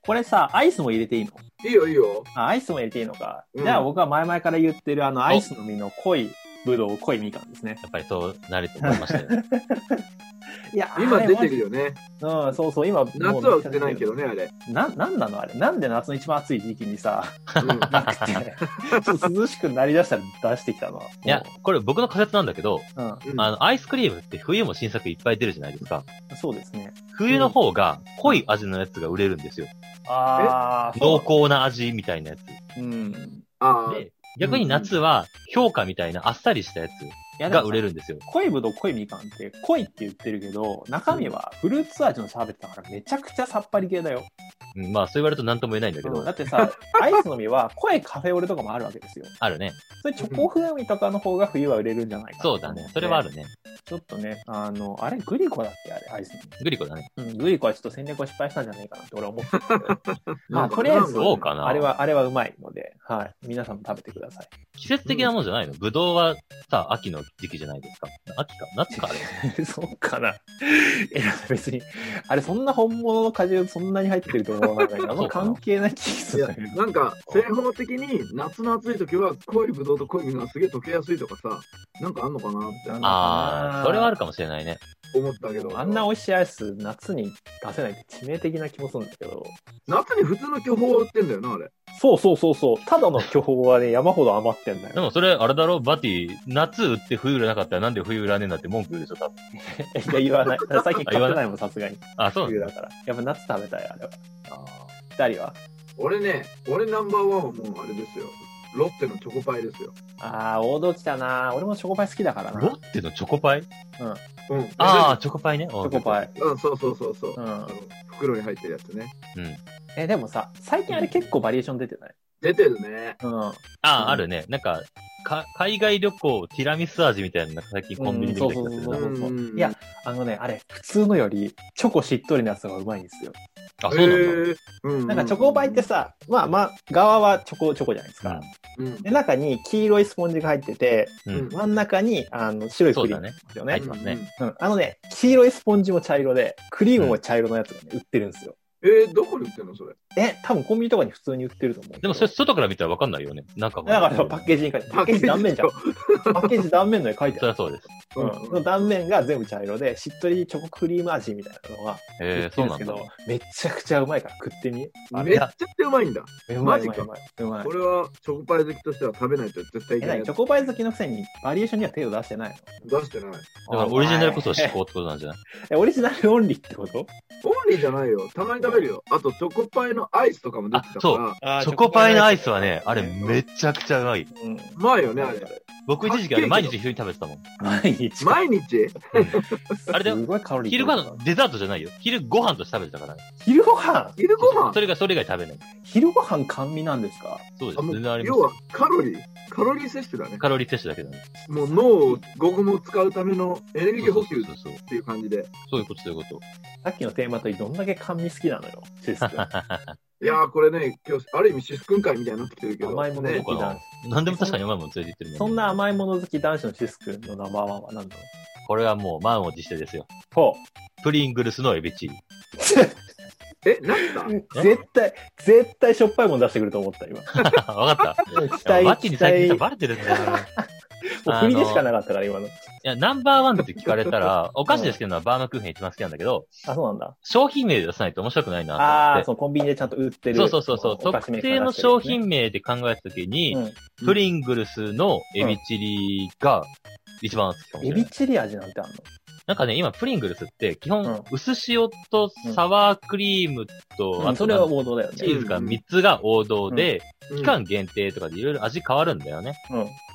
Speaker 3: これさ、アイスも入れていいの
Speaker 2: いいよいいよ。
Speaker 3: あ、アイスも入れていいのか。
Speaker 2: うん
Speaker 3: じゃあ僕は前々から言ってるあの、アイスの実の濃いブドウ、濃いみかんですね。
Speaker 1: やっぱりそうなると思いましたよ
Speaker 2: <laughs>
Speaker 1: ね。
Speaker 3: いや、
Speaker 2: 今出てる
Speaker 3: よ。
Speaker 2: よね。
Speaker 3: うん、そうそう、今もう
Speaker 2: 夏は売ってないけどね、あ
Speaker 1: <laughs>
Speaker 2: れ。
Speaker 3: な、なんなのあれ。なんで夏の一番暑い時期に
Speaker 2: <laughs>
Speaker 3: さ、
Speaker 2: うん
Speaker 3: なくて、ちょっと涼しくなりだしたら出してきたの。
Speaker 1: いや、これ僕の仮説なんだけど、
Speaker 3: うん、
Speaker 2: うん
Speaker 1: あの、アイスクリームって冬も新作いっぱい出るじゃないですか。
Speaker 3: そうですね。
Speaker 1: 冬の方が濃い味のやつが売れるんですよ。
Speaker 3: あー、
Speaker 1: 濃
Speaker 3: そう
Speaker 1: 厚な味みたいなやつ。
Speaker 3: うん。
Speaker 2: あー
Speaker 1: で、逆に夏は評価みたいなあっさりしたやつ
Speaker 3: いや
Speaker 1: が売れ
Speaker 3: る。
Speaker 1: るんですよ。
Speaker 3: 濃いぶどう、濃いみかんって、濃いって言ってるけど、中身はフルーツ味のシャーベットだからめちゃくちゃさっぱり系だよ。
Speaker 1: うん、まあ、そう言われると何とも言えないんだけ
Speaker 3: だ
Speaker 1: ど、
Speaker 3: ってさ、アイスの実は濃いカフェオレとかもあるわけですよ。
Speaker 1: あるね。
Speaker 3: それチョコ風味とかの方が冬は売れるんじゃないかな
Speaker 1: そうだね。それはあ。るね。
Speaker 3: ちょっとね、あの、あれ、グリコだっけあれ、アイスの実。
Speaker 1: グリコだね。
Speaker 3: うん、グリコはちょっと戦略を失敗したんじゃないかなって俺は思ってるんだけど。ま
Speaker 2: な
Speaker 3: あ
Speaker 2: んか
Speaker 3: とりあえず
Speaker 1: そうかな。
Speaker 3: あれ。は、あれはうまいので、はい。皆さんも食べてください。
Speaker 1: 季節的なもんじゃないのぶどうはさ、秋の時期じゃないですか。秋か夏かあれ。
Speaker 3: そうかな。いや、別に、あれ、そんな本物の果汁そんなに入ってると思わないから、あん
Speaker 1: そ
Speaker 3: ま
Speaker 1: うかな
Speaker 3: 関係ない気がす
Speaker 2: い
Speaker 3: るん
Speaker 2: や
Speaker 3: だけど。
Speaker 2: なんか製法的に夏の暑い時は濃いブドウと濃い実がすげえ溶けやすいとかさなんかあんのかなって
Speaker 1: あ
Speaker 3: あ
Speaker 1: ー、それはあるかもしれないね。
Speaker 2: 思ったけど
Speaker 3: あんな美味しいアイス、夏に出せないって致命的な気もするんだけど。
Speaker 2: 夏に普通の巨峰を売ってんだよなあれ
Speaker 3: そうそうそうそう。ただの巨峰はね、山ほど余ってんだ
Speaker 1: で
Speaker 3: よ。
Speaker 1: もそれ、あれだろバティ、夏売って冬売らなかったらなんで冬売らねえんだって文句言うでしょ、多分。
Speaker 3: いや、言わない。最近買ってないもん、さすがに。
Speaker 1: あ、そう
Speaker 3: 冬
Speaker 1: なん
Speaker 3: だ
Speaker 1: だ。
Speaker 3: から。やっぱ夏食べたい、あれは。
Speaker 1: あ
Speaker 3: 二人は。
Speaker 2: 俺ね俺ナンバーワンはもうあれですよロッテのチョコパイですよ
Speaker 3: あー、王道来たな俺もチョコパイ好きだから
Speaker 1: ー
Speaker 3: な。
Speaker 1: ロッテのチョコパイ
Speaker 2: うん
Speaker 1: ああ、チョコパイね。チ
Speaker 3: チョ
Speaker 1: ョ
Speaker 3: コパ
Speaker 1: イ。
Speaker 3: イ。
Speaker 2: うんそうそうそうそう、
Speaker 3: うん
Speaker 2: あの袋に入ってるやつね
Speaker 1: うん。
Speaker 3: え、でもさ、最近あれ結構バリエーション出てない
Speaker 2: 出てるね
Speaker 3: うん。
Speaker 1: あ
Speaker 3: う
Speaker 1: あ、
Speaker 3: ん
Speaker 1: あるね。なんか、か、海外旅行、ティラミス味みたいな、なんか最近コンビニで見た気がする
Speaker 3: そう
Speaker 1: な。
Speaker 3: そうそう
Speaker 2: うん
Speaker 3: いやあのね、あれ、普通のより、チョコしっとりのやつがうまいんですよ。
Speaker 1: あ、そうなんだ。
Speaker 2: へえうん
Speaker 3: なんかチョコパイってさ、まあまあ、側はチョコ、チョコじゃないですか。
Speaker 2: うん
Speaker 3: で、中に黄色いスポンジが入ってて、
Speaker 1: う
Speaker 2: うん
Speaker 1: ん。
Speaker 3: 真ん中に、あの、白い
Speaker 1: そ
Speaker 3: ク
Speaker 1: う
Speaker 3: リー
Speaker 1: だ
Speaker 3: ム
Speaker 1: ね。
Speaker 3: ですよ
Speaker 1: は
Speaker 3: ね
Speaker 1: い。ますね
Speaker 3: うん。あのね、黄色いスポンジも茶色で、クリームも茶色のやつがね、売ってるんですよ。
Speaker 2: えーどこに売ってんのそ
Speaker 3: <laughs>
Speaker 2: れ
Speaker 3: え、多分コンビニとかに普通に売ってると思う。
Speaker 1: でもそれ、外から見たらわかんないよね。なんか。
Speaker 3: だからそのパッケージに書いて、パッケージ断面じゃん。パッケージ断面の絵書いて
Speaker 1: そり
Speaker 3: ある
Speaker 1: ゃ。そうです。
Speaker 2: う
Speaker 3: うん
Speaker 2: ん、
Speaker 3: その断面が全部茶色で、しっとりチョコクリーム味みたいなのが
Speaker 1: え
Speaker 3: 売っ
Speaker 1: え、
Speaker 3: て
Speaker 1: そ
Speaker 3: る
Speaker 1: うんな
Speaker 3: です
Speaker 1: ん
Speaker 3: け
Speaker 1: だ
Speaker 3: ど。、めちゃくちゃうまいから食ってみ。
Speaker 2: め
Speaker 3: あ
Speaker 2: っ
Speaker 3: れ
Speaker 2: ちゃくちゃうまいんだ
Speaker 3: うまいう
Speaker 2: マジ
Speaker 3: まい
Speaker 2: か
Speaker 3: うまい。うまい
Speaker 2: こ。れはチョコパイ好きとしては食べないと絶対い
Speaker 3: え、
Speaker 2: け
Speaker 3: な
Speaker 2: な
Speaker 3: に
Speaker 2: い
Speaker 3: チョコパイ好きのくせにバリエーションには手を出してない
Speaker 2: 出してない
Speaker 1: だ
Speaker 3: の
Speaker 1: からオリジナルこそ思考
Speaker 3: 考。
Speaker 1: ってことなんじゃない
Speaker 3: え、オリジナルオンリーってこと
Speaker 2: オンリーじゃないよたまに食べるよあとチョコパイのアイスとかも出てたから
Speaker 1: あ
Speaker 2: う
Speaker 3: あ
Speaker 1: チョコパイのアイスはね、あれめ
Speaker 3: っ
Speaker 1: ちゃくちゃうまい。
Speaker 2: まいよねあれ
Speaker 1: 僕一時期あれ毎日一緒に食べてたもん。
Speaker 3: 毎日。
Speaker 2: 毎日
Speaker 1: あれだよ
Speaker 3: すごいカロリー。
Speaker 1: 昼ご飯、デザートじゃないよ。昼ご飯として食べてたからね。
Speaker 3: 昼ご飯
Speaker 2: 昼ご飯
Speaker 1: それが、それ以外食べない。
Speaker 3: 昼ご飯甘味なんですか
Speaker 1: そうで
Speaker 2: あ
Speaker 1: す。
Speaker 2: も
Speaker 1: 全然あ
Speaker 2: う
Speaker 1: りま
Speaker 2: 要
Speaker 1: す
Speaker 2: は。カロリーカロリー摂取だね
Speaker 1: カロリー摂取だけだね。
Speaker 2: もう脳を午後も使うためのエネルギー補給
Speaker 1: そう
Speaker 2: っ
Speaker 1: そうそう。
Speaker 2: ていう感じで
Speaker 1: そういうこと、そういうこと。
Speaker 3: さっきのテーマとどんだけ甘味好きなのよ、シス <laughs> 君
Speaker 2: いやーこれね今日ある意味シス君会みたいになってきてるけど
Speaker 3: 甘いもの
Speaker 2: ね
Speaker 3: 好き男
Speaker 1: 何でも確かにうまいもん連れて行ってる
Speaker 3: 子。
Speaker 1: ね。
Speaker 3: そんな甘いもの好き男子のシス君のナンバーワンは何だろ
Speaker 1: これはもう満を持してですよ。 <laughs>
Speaker 3: うほ
Speaker 1: プリングルスのエビ <laughs> チリ。
Speaker 2: え何だ
Speaker 1: え
Speaker 3: 絶対、絶対しょっぱいもん出してくると思った、今。
Speaker 1: わかった。
Speaker 3: 期
Speaker 1: いや
Speaker 3: 待、
Speaker 1: バッキーに最近
Speaker 3: 期
Speaker 1: さ
Speaker 3: 待
Speaker 1: バレてるんだよな。い
Speaker 3: もう振りでしかなかったから、今の。
Speaker 1: や、ナンバーワンだって聞かれたら、お菓子ですけどバームクーヘン一番好きなんだけど、
Speaker 3: あ、そうなんだ。
Speaker 1: 商品名で出さないと面白くない
Speaker 3: あ
Speaker 1: な
Speaker 3: あー、
Speaker 1: と
Speaker 3: そのコンビニでちゃんと売ってる。
Speaker 1: 思って。そうそうそうそう。
Speaker 3: お菓子メ
Speaker 1: 特
Speaker 3: ーカー
Speaker 1: 定
Speaker 3: が
Speaker 1: の
Speaker 3: 出してるや
Speaker 1: 商
Speaker 3: つね
Speaker 1: 品名で考えたときに、
Speaker 3: うん
Speaker 1: プリングルスのエビチリが一番好きかもし
Speaker 3: エ
Speaker 1: れな
Speaker 3: ビ
Speaker 1: い。
Speaker 3: チリ味なんてあんの
Speaker 1: なんかね、今、プリングルスって、基
Speaker 3: うん
Speaker 1: 本、薄塩とサワークリームと、
Speaker 3: うん
Speaker 1: あ
Speaker 3: そ
Speaker 1: と
Speaker 3: れ
Speaker 1: なん
Speaker 3: は
Speaker 1: か
Speaker 3: 王道だよね。
Speaker 1: チーズが3つが王道で、期間限定とかでいろいろ味変わるんだよね。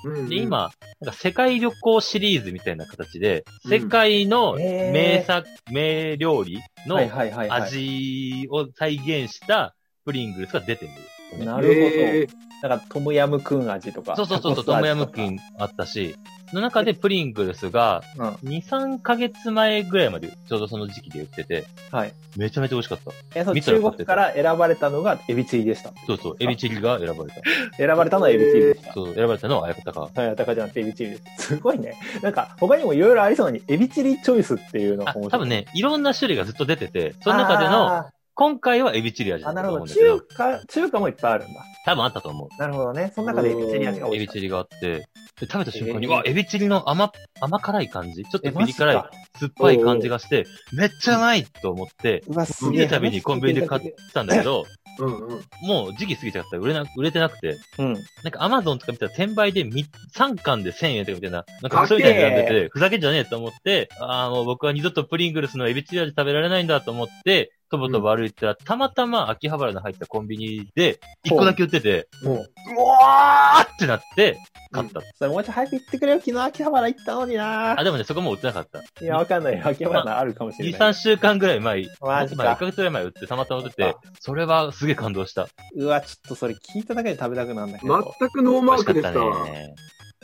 Speaker 3: うん。
Speaker 2: うん
Speaker 1: で、、今、なんか世界旅行シリーズみたいな形で、世界の
Speaker 3: うんへー
Speaker 1: 名作、名料理の
Speaker 3: はいはいはい、はい。
Speaker 1: 味を再現したプリングルスが出てるんですよね。
Speaker 3: な
Speaker 2: な
Speaker 3: るほど。なんかトムヤムクン味とか。
Speaker 1: そうそうそうそう、トムヤムクンあったし、その中でプリングルスが
Speaker 3: うん。は
Speaker 1: 2、3ヶ月前ぐらいまでちょうどその時期で売ってて、
Speaker 3: い。
Speaker 1: めちゃめちゃ美味しかった。
Speaker 3: え、そう
Speaker 1: 見たら
Speaker 3: 中
Speaker 1: 買ってた
Speaker 3: 国から選ばれたのがエビチリでした。
Speaker 1: そうそう、エビチリが選ばれ
Speaker 3: 選ばれたのはエビチリでした
Speaker 1: た。。そう、選ばれたのはあやかたか。
Speaker 3: はい、高じゃなくてエビチリです。すごいね。なんか、他にもいろいろありそうに、エビチリチョイスっていうのが
Speaker 1: あ、
Speaker 3: 面白い
Speaker 1: 多分、ね、いろんな種類がずっと出てて、その中での、
Speaker 3: あ
Speaker 1: 今回はエビチリ味
Speaker 3: ー、
Speaker 1: だ
Speaker 3: あ
Speaker 1: った
Speaker 3: な
Speaker 1: と
Speaker 3: る
Speaker 1: 思
Speaker 3: ほ
Speaker 1: うん
Speaker 3: ど。
Speaker 1: だけど、
Speaker 3: 中華、中華もいっぱいあるんだ。
Speaker 1: 多分あったと思う。
Speaker 3: なるほどね。その中でエビチリ味が多
Speaker 1: エ
Speaker 3: い
Speaker 1: ビ。チリがあって、で食べた瞬間に、
Speaker 3: えー
Speaker 1: うわ、エビチリの甘、甘辛い感じちょっ
Speaker 3: え
Speaker 1: とピリ辛い、
Speaker 3: マジ
Speaker 1: 酸っぱい感じがして、めっちゃうまいと思って、
Speaker 3: うわ、す
Speaker 1: 見るたびにコンビニで買ってたんだけど、
Speaker 2: うんうん。
Speaker 1: もう時期過ぎちゃったら売れな、売れてなくて、
Speaker 3: うん。
Speaker 1: なんかアマゾンとか見たら転売でみ3巻で1000円とかみたいな、なんかそういうのやつが出て、ふざけんじゃねえと思って、ああ、もう僕は二度とプリングルスのエビチリ味食べられないんだと思って、とぼとぼ歩いてたら、たまたま秋葉原の入ったコンビニで、1個だけ売ってて、
Speaker 3: もう、
Speaker 1: うわーってなって、買った。
Speaker 3: それもうちょい早く行ってくれよ。昨日秋葉原行ったのにな
Speaker 1: あ、でもね、そこもう売ってなかった。
Speaker 3: いや、わかんない。秋葉原あるかもしれ
Speaker 1: 2、
Speaker 3: な
Speaker 1: 3
Speaker 3: い。
Speaker 1: 週間ぐらい前、
Speaker 3: マジ
Speaker 1: まあ1
Speaker 3: か
Speaker 1: ヶ。月ぐらい前売って、たまたま売って、
Speaker 3: そって
Speaker 1: それはすげえ感動した。
Speaker 3: うわ、ちょっとそれ聞いただけで食べたくなるんだけど。
Speaker 2: 全くノーマークで
Speaker 1: 美
Speaker 2: し
Speaker 1: 味
Speaker 2: た。
Speaker 1: しかったね。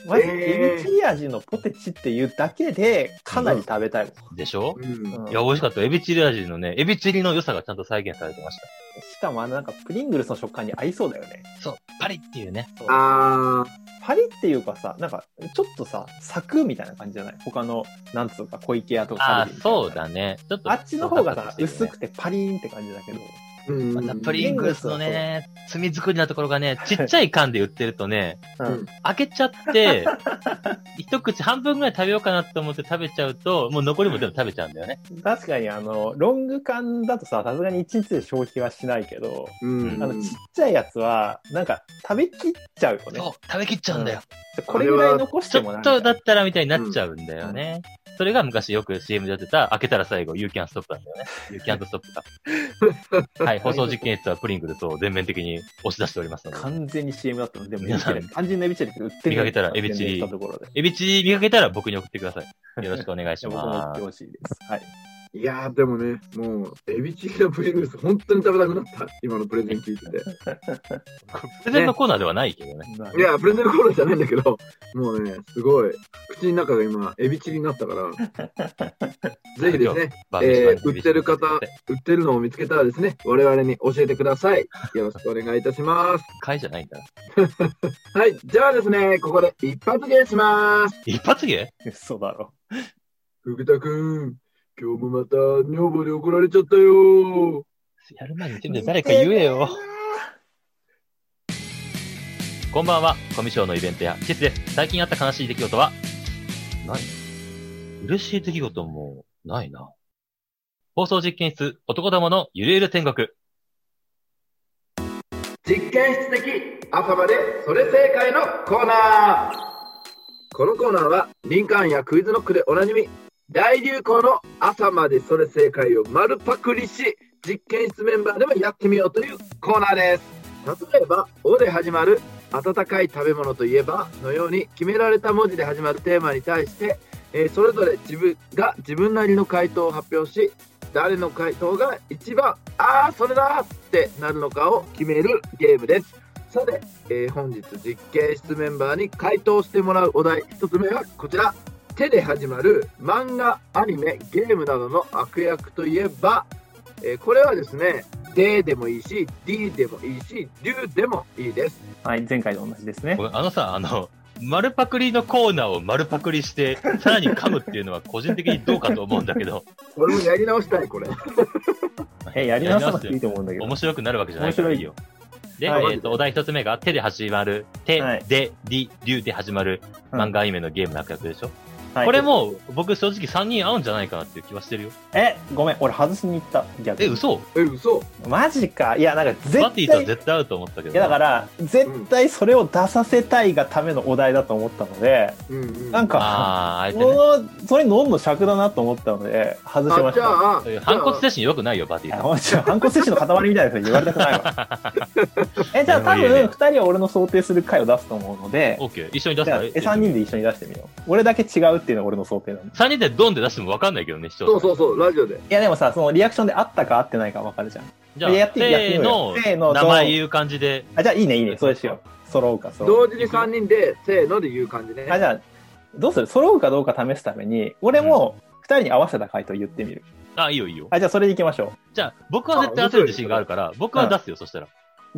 Speaker 3: まず、
Speaker 2: えー
Speaker 3: エビチリ味のポテチっていうだけで、かなり食べたいもん。
Speaker 1: でしょ
Speaker 2: うん
Speaker 3: うん
Speaker 1: いや、美味しかった。エビチリ味のね、エビチリの良さがちゃんと再現されてました。
Speaker 3: しかもあのなんかプリングルスの食感に合いそうだよね。
Speaker 1: そう、パリっていうね。
Speaker 3: そう
Speaker 2: あ
Speaker 3: パリっていうかさ、なんかちょっとさ、サクみたいな感じじゃない他の、なんつうか小池屋と
Speaker 1: あ
Speaker 3: かカル
Speaker 1: あ、
Speaker 3: ディみたいな
Speaker 1: そう。だね。ちょっと。
Speaker 3: あっちの方がさ、薄
Speaker 1: て
Speaker 3: くてパリーンって感じだけど。
Speaker 2: ーうん
Speaker 1: ま
Speaker 2: うん
Speaker 1: たプリングルスのね、罪作りなところがね、ちっちゃい缶で売ってるとね、
Speaker 3: うん。
Speaker 1: 開けちゃ <laughs> って、一口半分ぐらい食べようかなと思って食べちゃうと、もう残りも全部食べちゃうんだよね。
Speaker 3: 確かにあの、ロング缶だとさ、さすがに1日で消費はしないけど、
Speaker 2: うん
Speaker 3: あの、ちっちゃいやつは、なんか食べきっちゃうよね。
Speaker 1: そう、食べきっちゃうんだよ。
Speaker 3: これぐらい残し
Speaker 1: ち
Speaker 3: て
Speaker 1: ょ
Speaker 3: もな
Speaker 1: っ
Speaker 3: みたい
Speaker 1: とだ
Speaker 3: な。
Speaker 1: ったらみたいになっちゃうんだよね。それが昔よく CM でやってた、開けたら最後、You can stop なんだよね。You can stop
Speaker 2: <laughs>
Speaker 1: が。はい、放送実験室はプリングルスを全面的に押し出しておりますので。
Speaker 3: 完全に CM だったのでも
Speaker 1: 皆さん
Speaker 3: 肝心のエビチリって売ってるよ
Speaker 1: 見かけたらエビチリ
Speaker 3: 言ったところで
Speaker 1: エビチリ見かけたら僕に送ってください。よろしくお願いし
Speaker 2: <laughs>
Speaker 3: 僕も言っ
Speaker 1: ま
Speaker 3: て
Speaker 1: す。
Speaker 3: ほしいです。はい。
Speaker 2: いやーでもね、もう、エビチリのプリングルス、本当に食べたくなった。今のプレゼン聞いて
Speaker 1: <laughs>
Speaker 2: て。
Speaker 1: プレゼンのコーナーではないけどね。
Speaker 2: いや、プレゼンコーナーじゃないんだけど、もうね、すごい、口の中が今、エビチリになったから、
Speaker 1: <laughs>
Speaker 2: ぜひですね、
Speaker 1: バ
Speaker 2: えー
Speaker 1: 番組
Speaker 2: 売ってる方売ってるのを見つけたらですね、我々に教えてください。よろしくお願いいたします。
Speaker 1: 買いじゃないんだな。
Speaker 2: はい、じゃあですね、ここで一発芸します。
Speaker 1: 一発芸
Speaker 3: 嘘だろ。
Speaker 2: 福田くん、今日もまた女房に怒られちゃったよ。
Speaker 1: やる前に全部誰か言えよ。こんばんは、コミショのイベントや季節です。最近あった悲しい出来事はない。嬉しい出来事もないな。放送実験室、男どものゆるゆる天国。
Speaker 2: 実験室的朝までそれ正解のコーナーこのコーナーは林間やクイズノックでおなじみ大流行の朝までそれ正解を丸パクリし実験室メンバーでもやってみようというコーナーです例えば「お」で始まる「温かい食べ物といえば」のように決められた文字で始まるテーマに対して、えーそれぞれ自分が自分なりの回答を発表し誰の回答が一番ああそれだってなるのかを決めるゲームですさて、えー本日実験室メンバーに回答してもらうお題1つ目はこちら手で始まる漫画アニメゲームなどの悪役といえば、えーこれはですね D でもいいし D でもいいし龍でもいいです
Speaker 3: はい、前回と同じですね
Speaker 1: ご。めんあのさ、あの、丸パクリのコーナーを丸パクリして、さらに噛むっていうのは個人的にどうかと思うんだけ <laughs> ど、
Speaker 2: 俺もやり直したいこれ
Speaker 3: え、やり直さなくていいと思うんだけど。
Speaker 1: 面白くなるわけじゃないからいいよ。で、
Speaker 3: はい
Speaker 1: えっ、と、お題一つ目が、手で始まる、手、
Speaker 3: はい
Speaker 1: で、り、りゅうで始まる
Speaker 3: うん
Speaker 1: 漫画アニメのゲームの悪役でしょ、
Speaker 3: はい
Speaker 1: これも、僕正直3人合うんじゃないかなっていう気はしてるよ。
Speaker 3: えごめん俺外しに行った逆
Speaker 1: え、
Speaker 3: に
Speaker 1: 嘘
Speaker 2: え、嘘
Speaker 3: マジかいやなんか絶対
Speaker 1: バティとは絶対合うと思ったけど
Speaker 3: い
Speaker 1: な。
Speaker 3: やだから絶対それを出させたいがためのお題だと思ったので、
Speaker 2: うんうん。
Speaker 3: なんか
Speaker 1: ああ、あえてね。
Speaker 3: もうそれ飲むの尺だなと思ったので外しま
Speaker 2: あ、
Speaker 3: し
Speaker 2: じ
Speaker 3: た
Speaker 2: ゃあ
Speaker 1: そういう、
Speaker 2: じゃあ
Speaker 1: 反骨精神良くないよ、バティ
Speaker 3: いや
Speaker 1: さん。
Speaker 3: もちろん反骨精神の塊みたいな人に言われたくないわ
Speaker 1: <laughs>
Speaker 3: えじゃあ多
Speaker 1: いやいやい
Speaker 3: 分
Speaker 1: や
Speaker 3: 2人は俺の想定する回を出すと思うので
Speaker 1: オッケー。一緒に出す
Speaker 3: じゃ
Speaker 1: か
Speaker 3: あ
Speaker 1: ら
Speaker 3: え3人で一緒に出してみよう俺だけ違うっていうのが俺の想定なんだ
Speaker 1: 3人でドンで出しても分かんないけどね、視聴者。
Speaker 2: そうそうそう、ラジオで。
Speaker 3: いやでもさそのリアクションで合ったか合ってないか分かるじゃん
Speaker 1: じゃあ、
Speaker 3: やって
Speaker 1: せ
Speaker 3: やって
Speaker 1: ー
Speaker 3: みよ
Speaker 1: の
Speaker 3: うよせーの、
Speaker 1: 名前言う感じで。
Speaker 3: あじゃあいいねいいねそれしよう揃うか揃うか
Speaker 2: 同時に3人で、せーので言う感じね。
Speaker 3: あじゃあどうする揃うかどうか試すために俺も2人に合わせた回答言ってみる、
Speaker 1: あ、いいよいいよ。
Speaker 3: あじゃあそれでいきましょ
Speaker 1: じゃあ、僕は絶対当てる自信があるから、僕は出すよ、そしたら。
Speaker 3: う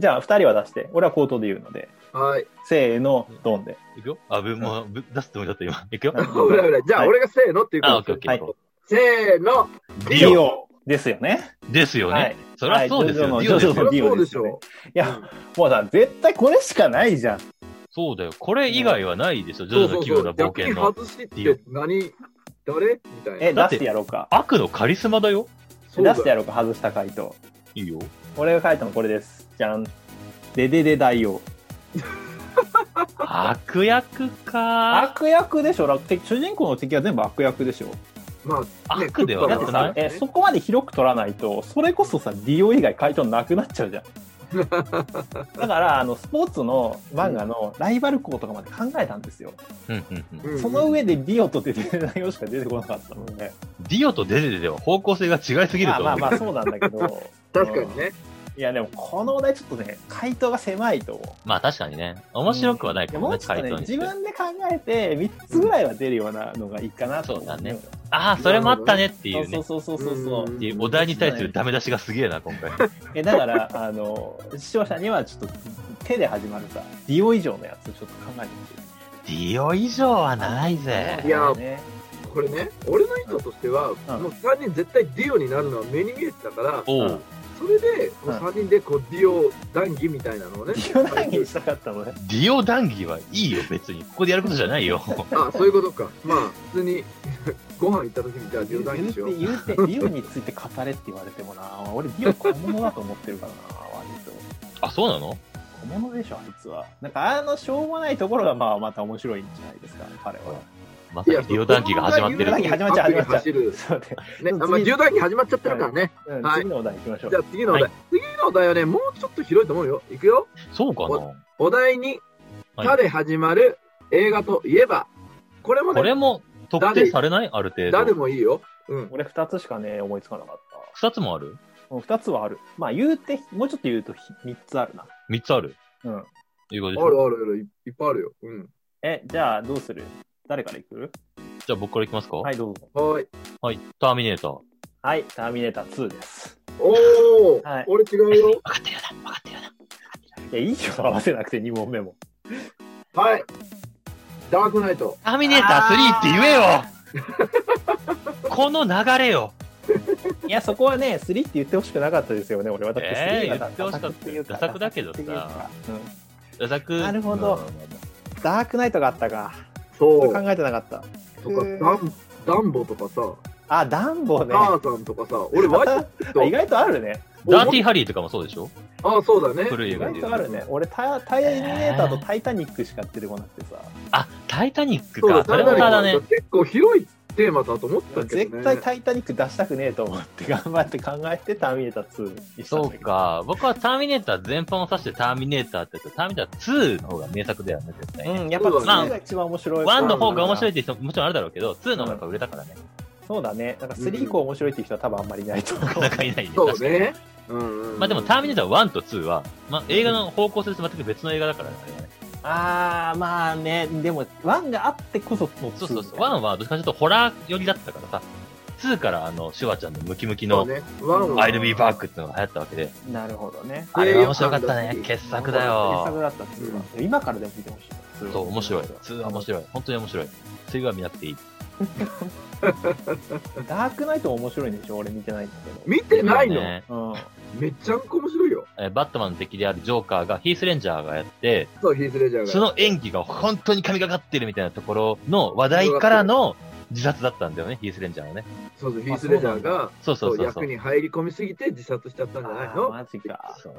Speaker 3: じゃあ2人は出して俺は口頭で言うので
Speaker 2: はい。 <laughs>
Speaker 3: せーのドンで
Speaker 1: いくよあ、ぶ、もう、ぶ出すつもりだった今。いくよ。
Speaker 2: ほらほら、じゃあ、
Speaker 3: はい
Speaker 2: 俺がせーのっていう
Speaker 1: あ、
Speaker 2: か
Speaker 1: オッケーオッケ
Speaker 3: はい
Speaker 1: ー。
Speaker 2: せーの。
Speaker 1: ディオ
Speaker 3: オですよね
Speaker 1: ですよ
Speaker 3: はい
Speaker 1: ね。そりゃそうですよ。
Speaker 3: はい
Speaker 1: ディオです
Speaker 3: そ
Speaker 1: よ
Speaker 3: う。ディオ
Speaker 2: そう
Speaker 3: で
Speaker 2: ですし
Speaker 3: よね
Speaker 2: ょ。
Speaker 3: いや、もうさ、絶対これしかないじゃん。
Speaker 1: そうだよ。これ以外はないでしょ、ジ
Speaker 2: そ
Speaker 1: ョ
Speaker 2: う
Speaker 1: ジョ
Speaker 2: そ
Speaker 1: の
Speaker 2: う
Speaker 1: 奇
Speaker 2: そ
Speaker 1: 妙な冒
Speaker 2: う。逆に
Speaker 1: 険の。
Speaker 2: 外しって何、誰みたいな。
Speaker 3: え、出
Speaker 1: だっ
Speaker 3: しててやろうか。
Speaker 1: 悪のカリスマだよ。
Speaker 2: そうだ
Speaker 3: 出してやろうか、外した回答。
Speaker 1: いいよ。
Speaker 3: 俺が書いたのこれです。じゃん。ででで大王。
Speaker 1: 悪役か。
Speaker 3: 悪役でしょ楽敵主人公の敵は全部悪役でしょ
Speaker 2: まあ、ね
Speaker 1: 悪ではな
Speaker 3: だって
Speaker 1: く
Speaker 3: さ
Speaker 1: な、
Speaker 3: え、そこまで広く取らないと、それこそさ、ディオ以外回答なくなっちゃうじゃん。だから、あの、スポーツの漫画のライバル校とかまで考えたんですよ。
Speaker 1: うんうんうん。
Speaker 2: うん
Speaker 3: その上でディオとデデデ大王しか出てこなかったので。
Speaker 1: ディオとデデデでは方向性が違いすぎる
Speaker 3: まあ
Speaker 1: と
Speaker 3: まあ
Speaker 1: 思う。
Speaker 3: まあ、そうなんだけど。
Speaker 2: 確かにね。
Speaker 3: いやでもこのお題ちょっとね回答が狭いと思う
Speaker 1: まあ確かにね。面白くはない
Speaker 3: い
Speaker 1: か
Speaker 3: や
Speaker 1: も
Speaker 3: も
Speaker 1: ね、
Speaker 3: うち
Speaker 1: 回
Speaker 3: ょっとね
Speaker 1: 答に
Speaker 3: 自
Speaker 1: して。
Speaker 3: 分で考えて3つぐらいは出るようなのがいいかなと思
Speaker 1: そうだねああ、それもあったねっていうね。
Speaker 3: そうそうそうそうそう
Speaker 2: うん
Speaker 1: っていうお題に対するダメ出しがすげえな、今回。
Speaker 3: えだから <laughs> あの視聴者にはちょっと手で始まるさディオ以上のやつをちょっと考えて
Speaker 1: ディオ以上はない
Speaker 3: ほしい
Speaker 1: ぜ。
Speaker 2: いや
Speaker 3: ね
Speaker 2: これね、俺の意図としては、もう3人絶対ディオになるのは目に見えてたから、
Speaker 1: お
Speaker 3: うん
Speaker 1: う。
Speaker 2: それで、こう3人でこうディオ談義みたいなのをね
Speaker 3: デ。ィオ談義したかったのね
Speaker 1: ディオ談義はいいよ、別に。ここでやることじゃないよ。
Speaker 2: あ、そういうことか。まあ、普通にご飯行った時にじゃあデ
Speaker 3: 言
Speaker 2: ィオ
Speaker 3: う
Speaker 2: 談義しよ
Speaker 3: て
Speaker 2: う。
Speaker 3: 言うてディオについて語れって言われてもな俺ディオ小物だと思ってるからな割と
Speaker 1: あ、そうなの
Speaker 3: 小物でしょあいつはなんかあのしょうもないところがまあまた面白いんじゃないですか彼は
Speaker 1: まさにディオ談義が始まって
Speaker 3: いや
Speaker 1: る
Speaker 3: そ。う始まっちゃう始まっちゃう
Speaker 2: 走る。
Speaker 3: そうだよ
Speaker 2: ね、あまあ、ディオ談義始まっちゃってるからね。
Speaker 3: うん
Speaker 2: はい
Speaker 3: 次のお題行きましょう
Speaker 2: じゃ。あ次のお題、次のお題はね、もうちょっと広いと思うよ。いくよ。
Speaker 1: そうかな
Speaker 2: お題に、
Speaker 1: はい
Speaker 2: たで始まる映画といえば、これも
Speaker 1: こ
Speaker 2: ね、
Speaker 1: れも特定されないある程
Speaker 2: 誰
Speaker 1: 度。
Speaker 2: もいいよ。うん。
Speaker 3: 俺二つしかね、思いつかなかっ
Speaker 1: 二つもある
Speaker 3: た。うん二つはある。まあ言うて、もうちょっと言うとひ三つあるな。
Speaker 1: 三つある
Speaker 3: うん。
Speaker 1: 英語
Speaker 2: あ
Speaker 1: でし
Speaker 2: るあ
Speaker 1: ょ
Speaker 2: るある、いいっぱいあるよ。うん。
Speaker 3: え、じゃあどうする誰から行く
Speaker 1: じゃあ僕からいきますか
Speaker 3: は
Speaker 1: はい。
Speaker 3: い、どうぞ。
Speaker 2: はーい。
Speaker 1: ターミネーター。
Speaker 3: はい、ターミネーター2です。
Speaker 2: おー、
Speaker 3: はい
Speaker 2: 俺違うよ。
Speaker 1: 分かってるよな。分かってるよな。
Speaker 3: いや、いいよ、合わせなくて2問目も。
Speaker 2: はい。ダークナイト。
Speaker 1: ターミネーター3って言えよ <laughs> この流れよ
Speaker 3: いや、そこはね、3って言ってほしくなかったですよね、俺は。だって
Speaker 1: えー
Speaker 3: 3が
Speaker 1: 言ってほしかったよダサくだけどさ。
Speaker 3: ダサくっていうか
Speaker 1: ダサく。
Speaker 3: なるほどうんダークナイトがあったか。
Speaker 2: そ。
Speaker 3: そう
Speaker 2: と
Speaker 3: う
Speaker 2: か、
Speaker 3: 考えてなかった。
Speaker 2: ダン、ダンボとかさ、
Speaker 3: あ、ダンボね。
Speaker 2: ターザンとかさ、俺割
Speaker 1: <laughs>
Speaker 2: と
Speaker 3: あ意外とあるね。
Speaker 1: うんダーティーハリーとかもそうでしょ
Speaker 2: ああ、そうだね。
Speaker 1: 古い映
Speaker 3: 意
Speaker 1: 画
Speaker 3: 外
Speaker 1: で
Speaker 3: とあるね。俺タ、タイネーターとタイタニックしか出てこなくてさ。
Speaker 1: あ、タイタニック
Speaker 2: そう
Speaker 1: か
Speaker 2: だ、。
Speaker 1: それも
Speaker 2: タイ
Speaker 1: た
Speaker 2: タ
Speaker 1: だ
Speaker 2: ニ
Speaker 1: ね
Speaker 2: ック。結構広いテーマだと思ってたけど、ね。
Speaker 3: 絶対タイタニック出したくねえと思って <laughs> 頑張って考えてターミネーター2にしたん
Speaker 1: そ
Speaker 3: だ
Speaker 1: う
Speaker 3: けど。
Speaker 1: か。僕はターミネーター全般を指してターミネーターって言って、ターミネーター2の方が名作だよね、絶対ね。
Speaker 3: うん、やっぱ
Speaker 2: そうだ
Speaker 3: 2
Speaker 1: ね
Speaker 3: が一番面白い。
Speaker 1: 1の方が面白い
Speaker 3: い。
Speaker 1: って人ももちろんあるだろうけど、2の方がやっぱ売れたからね。
Speaker 3: そうだね。なんか3以降面白いっていう人は多分あんまりいないと思う。
Speaker 1: なかなかいないね。
Speaker 2: そう
Speaker 1: 確かに
Speaker 2: ね。うんうん。
Speaker 1: まあでも、ターミネーター1と2は、まあ映画の方向性と全く別の映画だからね、あれはね。
Speaker 3: <laughs> あー、まあね。でも1があってこその2。
Speaker 1: そうそうそう。1はどっちかというとホラー寄りだったからさ、2からあの、シュワちゃんのムキムキ
Speaker 2: そ
Speaker 1: の、
Speaker 2: うね、ワンは
Speaker 1: I'll be back っていうのが流行ったわけで、
Speaker 3: なるほどね。
Speaker 1: あれは面白かったね
Speaker 2: う。ん
Speaker 1: 傑作だ
Speaker 3: 傑作
Speaker 1: よ。
Speaker 3: だったっていうか今からでも見てほしい。
Speaker 1: そう、面白い。2は面白い。本当に面白い。2は見なくていい。
Speaker 3: ダークナイトは面白いんでしょ俺見てないんだけ
Speaker 2: 見てないの、
Speaker 1: ね
Speaker 3: ど。うん。
Speaker 2: めっちゃんこ面白いよ。
Speaker 1: えーバットマンの敵であるジョーカーがヒースレンジャーがやって、
Speaker 2: そう、ヒースレジャー
Speaker 1: そ
Speaker 2: が。
Speaker 1: の演技が本当に神がかってるみたいなところの話題からの自殺だったんだよね、ヒースレンジャーはね。
Speaker 2: そうそう、ヒースレジャーが、
Speaker 1: そうそ
Speaker 2: そうう、
Speaker 1: そうそ
Speaker 2: 役
Speaker 1: う。
Speaker 2: に入り込みすぎて自殺しちゃったんじゃない
Speaker 3: あー
Speaker 2: の
Speaker 3: マジか。
Speaker 1: そう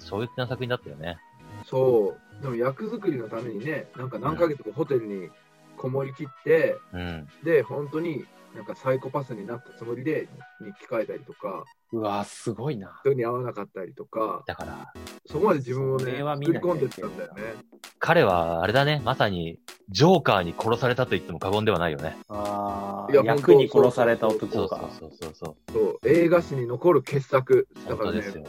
Speaker 1: 衝撃な作品だったよね。
Speaker 2: そう。でも役作りのためにね、なんか何ヶ月もホテルにこもりきって、
Speaker 1: うん。
Speaker 2: で、本当になんかサイコパスになったつもりで日記書いたりとか、
Speaker 3: うわすごいな。
Speaker 2: 人に会わなかったりとか、
Speaker 1: だから、
Speaker 2: そこまで自分をね、
Speaker 3: それは見
Speaker 2: 作
Speaker 3: な
Speaker 2: り
Speaker 3: きゃ
Speaker 2: 込
Speaker 3: い
Speaker 2: ん
Speaker 3: け
Speaker 2: で
Speaker 3: ない
Speaker 2: ったんだよね。
Speaker 1: 彼はあれだね、まさにジョーカーに殺されたと言っても過言ではないよね。
Speaker 3: あ
Speaker 2: いや
Speaker 3: あ、役に
Speaker 2: 本当
Speaker 3: 殺された
Speaker 1: そ
Speaker 3: 男
Speaker 1: うそう
Speaker 3: が。
Speaker 1: そうそうそう。
Speaker 2: そう、映画史に残る傑作。だ
Speaker 1: 本
Speaker 2: から
Speaker 1: 当
Speaker 2: ね
Speaker 1: で、すよ。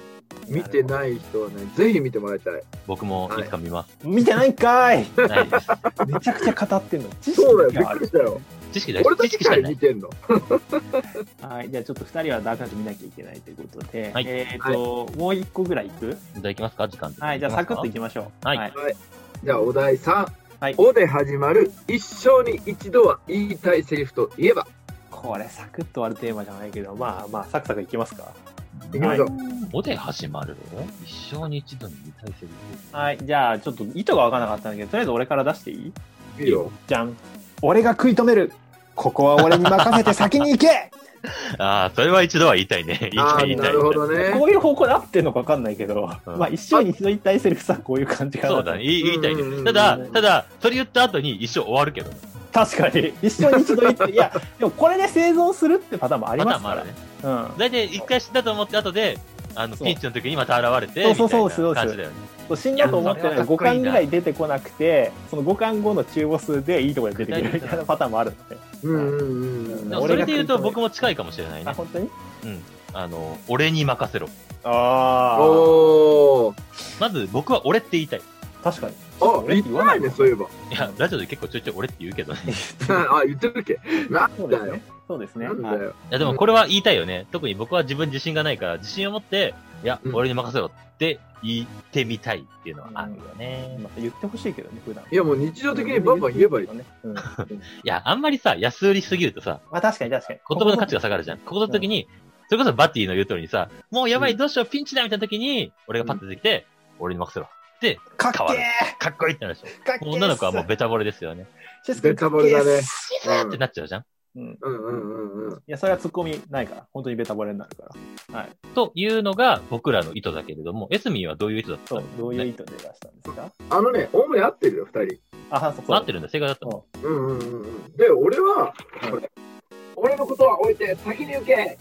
Speaker 2: 見てない人はね、ぜひ見てもらいたい。
Speaker 1: 僕もいつか見ます。
Speaker 3: 見てないんかい
Speaker 1: ないです
Speaker 3: めちゃくちゃ語ってん <laughs> の。知識
Speaker 2: そうだよ、び
Speaker 3: が
Speaker 2: っ
Speaker 3: あ
Speaker 2: く
Speaker 3: る
Speaker 2: りしたよ。
Speaker 1: 知識だ
Speaker 2: 俺
Speaker 1: 知
Speaker 2: たち
Speaker 1: 識しか
Speaker 2: から
Speaker 1: ない
Speaker 2: 見。てんの。
Speaker 3: はい。じゃあちょっと二人はダークナイト見なきゃいけないということで。
Speaker 1: はい
Speaker 3: えっ、と、もう一個ぐらいいく
Speaker 1: じゃあ行きますか時間的に
Speaker 3: はい。じゃあサクッとい
Speaker 1: き
Speaker 3: きましょう。
Speaker 1: はい
Speaker 2: じゃあ、お題3。
Speaker 3: はい
Speaker 2: おで始まる、一生に一度は言いたいセリフといえば。
Speaker 3: これサクッと終わるテーマじゃないけど、まあまあ、サクサクいきますか。
Speaker 1: ます
Speaker 2: い
Speaker 1: か
Speaker 2: きましょう。
Speaker 1: おで始まる一生に一度に見たいセリフ。
Speaker 3: はい。じゃあ、ちょっと意図がわからなかったんだけど、とりあえず俺から出していい
Speaker 2: いいよ。
Speaker 3: じゃん。俺が食い止める。ここは俺に任せて先に行け
Speaker 1: ああ、それは一度は言いたいね。言い
Speaker 2: あ
Speaker 1: た
Speaker 2: あ
Speaker 1: い、言いた。
Speaker 2: ー、ないるほどね
Speaker 3: <laughs> こ。ういう方向で合ってんのかわかんないけど、
Speaker 1: うん
Speaker 3: まあ一生に一度一体セリフさ、こういう感じかな。
Speaker 1: そうだね。言い言いたい
Speaker 2: うんうんう
Speaker 1: ね。
Speaker 2: ん
Speaker 1: ただ、ただ、それ言った後に一生終わるけどね。
Speaker 3: 確かに。一生に一度一体、い <laughs> や、でもこれで生存するってパターンもあり
Speaker 1: ま
Speaker 3: ま
Speaker 1: だ
Speaker 3: すか
Speaker 1: ま
Speaker 3: ら。
Speaker 1: だね。
Speaker 3: うん。
Speaker 1: 大体一回死んだと思って後で、あの、
Speaker 3: そう
Speaker 1: ピンチの時にまた現れて、
Speaker 3: そ
Speaker 1: みた
Speaker 3: うそ
Speaker 1: いう
Speaker 3: そうそう
Speaker 1: な感じだよね。
Speaker 3: そう死んだと思って
Speaker 1: いやそれはかっこいいな
Speaker 3: 5巻ぐらい出てこなくて、その5巻後の中ボスでいいところで出てくるみたいなパターンもあるので。
Speaker 2: うんうんうんうん。
Speaker 1: で
Speaker 3: な
Speaker 1: も
Speaker 3: るほ
Speaker 1: そ
Speaker 3: ど
Speaker 1: れで言うと僕も近いかもしれない
Speaker 3: あ、
Speaker 1: ね。
Speaker 3: 本当に
Speaker 1: あの、俺に任せろ。
Speaker 3: あ
Speaker 2: おー。
Speaker 1: まず僕は俺って言いたい。
Speaker 3: あ。確かに。
Speaker 2: あ、言ってないね、そういえば。 <laughs>
Speaker 1: いや、ラジオで結構ちょいちょい俺って言うけど
Speaker 3: <laughs>
Speaker 1: ね。
Speaker 2: あ、言ってるっけなん
Speaker 3: そうで
Speaker 2: だ
Speaker 3: す
Speaker 2: よ
Speaker 3: ね。。そうですね。
Speaker 2: なん
Speaker 3: はい
Speaker 2: だよ。
Speaker 1: いや、でもこれは言いたいよね。特に僕は自分自信がないから、自信を持って、いや
Speaker 2: う、ん
Speaker 1: 俺に任せろって言ってみたいっていうのはあるよね。
Speaker 3: また言ってほしいけどね、普段。
Speaker 2: いや、もう日常的にバンバン言えばいい。
Speaker 3: ね。うん。 <laughs> ま
Speaker 1: いや、あんまりさ、安売りしすぎるとさ、
Speaker 3: あ確かに確かに。
Speaker 1: 言葉の価値が下がるじゃん。ここの時に、それこそバティの言う通りにさ、もうやばい、どうしよう、ピンチだみたいな時に、俺がパッと出てきて、俺に任せろ。
Speaker 3: かっけ
Speaker 1: 変わるかっこいいってなるでし
Speaker 3: ーかっけ
Speaker 1: ょ。
Speaker 3: ー
Speaker 1: 女の子はもうベタボレですよね。
Speaker 3: シス君
Speaker 2: ベタボレだね
Speaker 3: かっけーっ
Speaker 1: ってなっちゃうじゃん。
Speaker 3: すうん。い
Speaker 2: うんうんうんうん。
Speaker 3: や、それはツッコミないから。本当にベタボレになるから。
Speaker 1: というのが僕らの意図だけれども、エスミンはどういう意図だった
Speaker 3: そう
Speaker 1: の。
Speaker 3: どういう
Speaker 1: ね
Speaker 3: 意図で出したんですか
Speaker 2: あのね、おおむね合ってるよ、二人。
Speaker 3: あ、そうそう。
Speaker 1: 合ってるんだ、正解だったの。
Speaker 2: うんうんうんうん。で、俺は、これ俺のことは置いて先に受け
Speaker 1: エ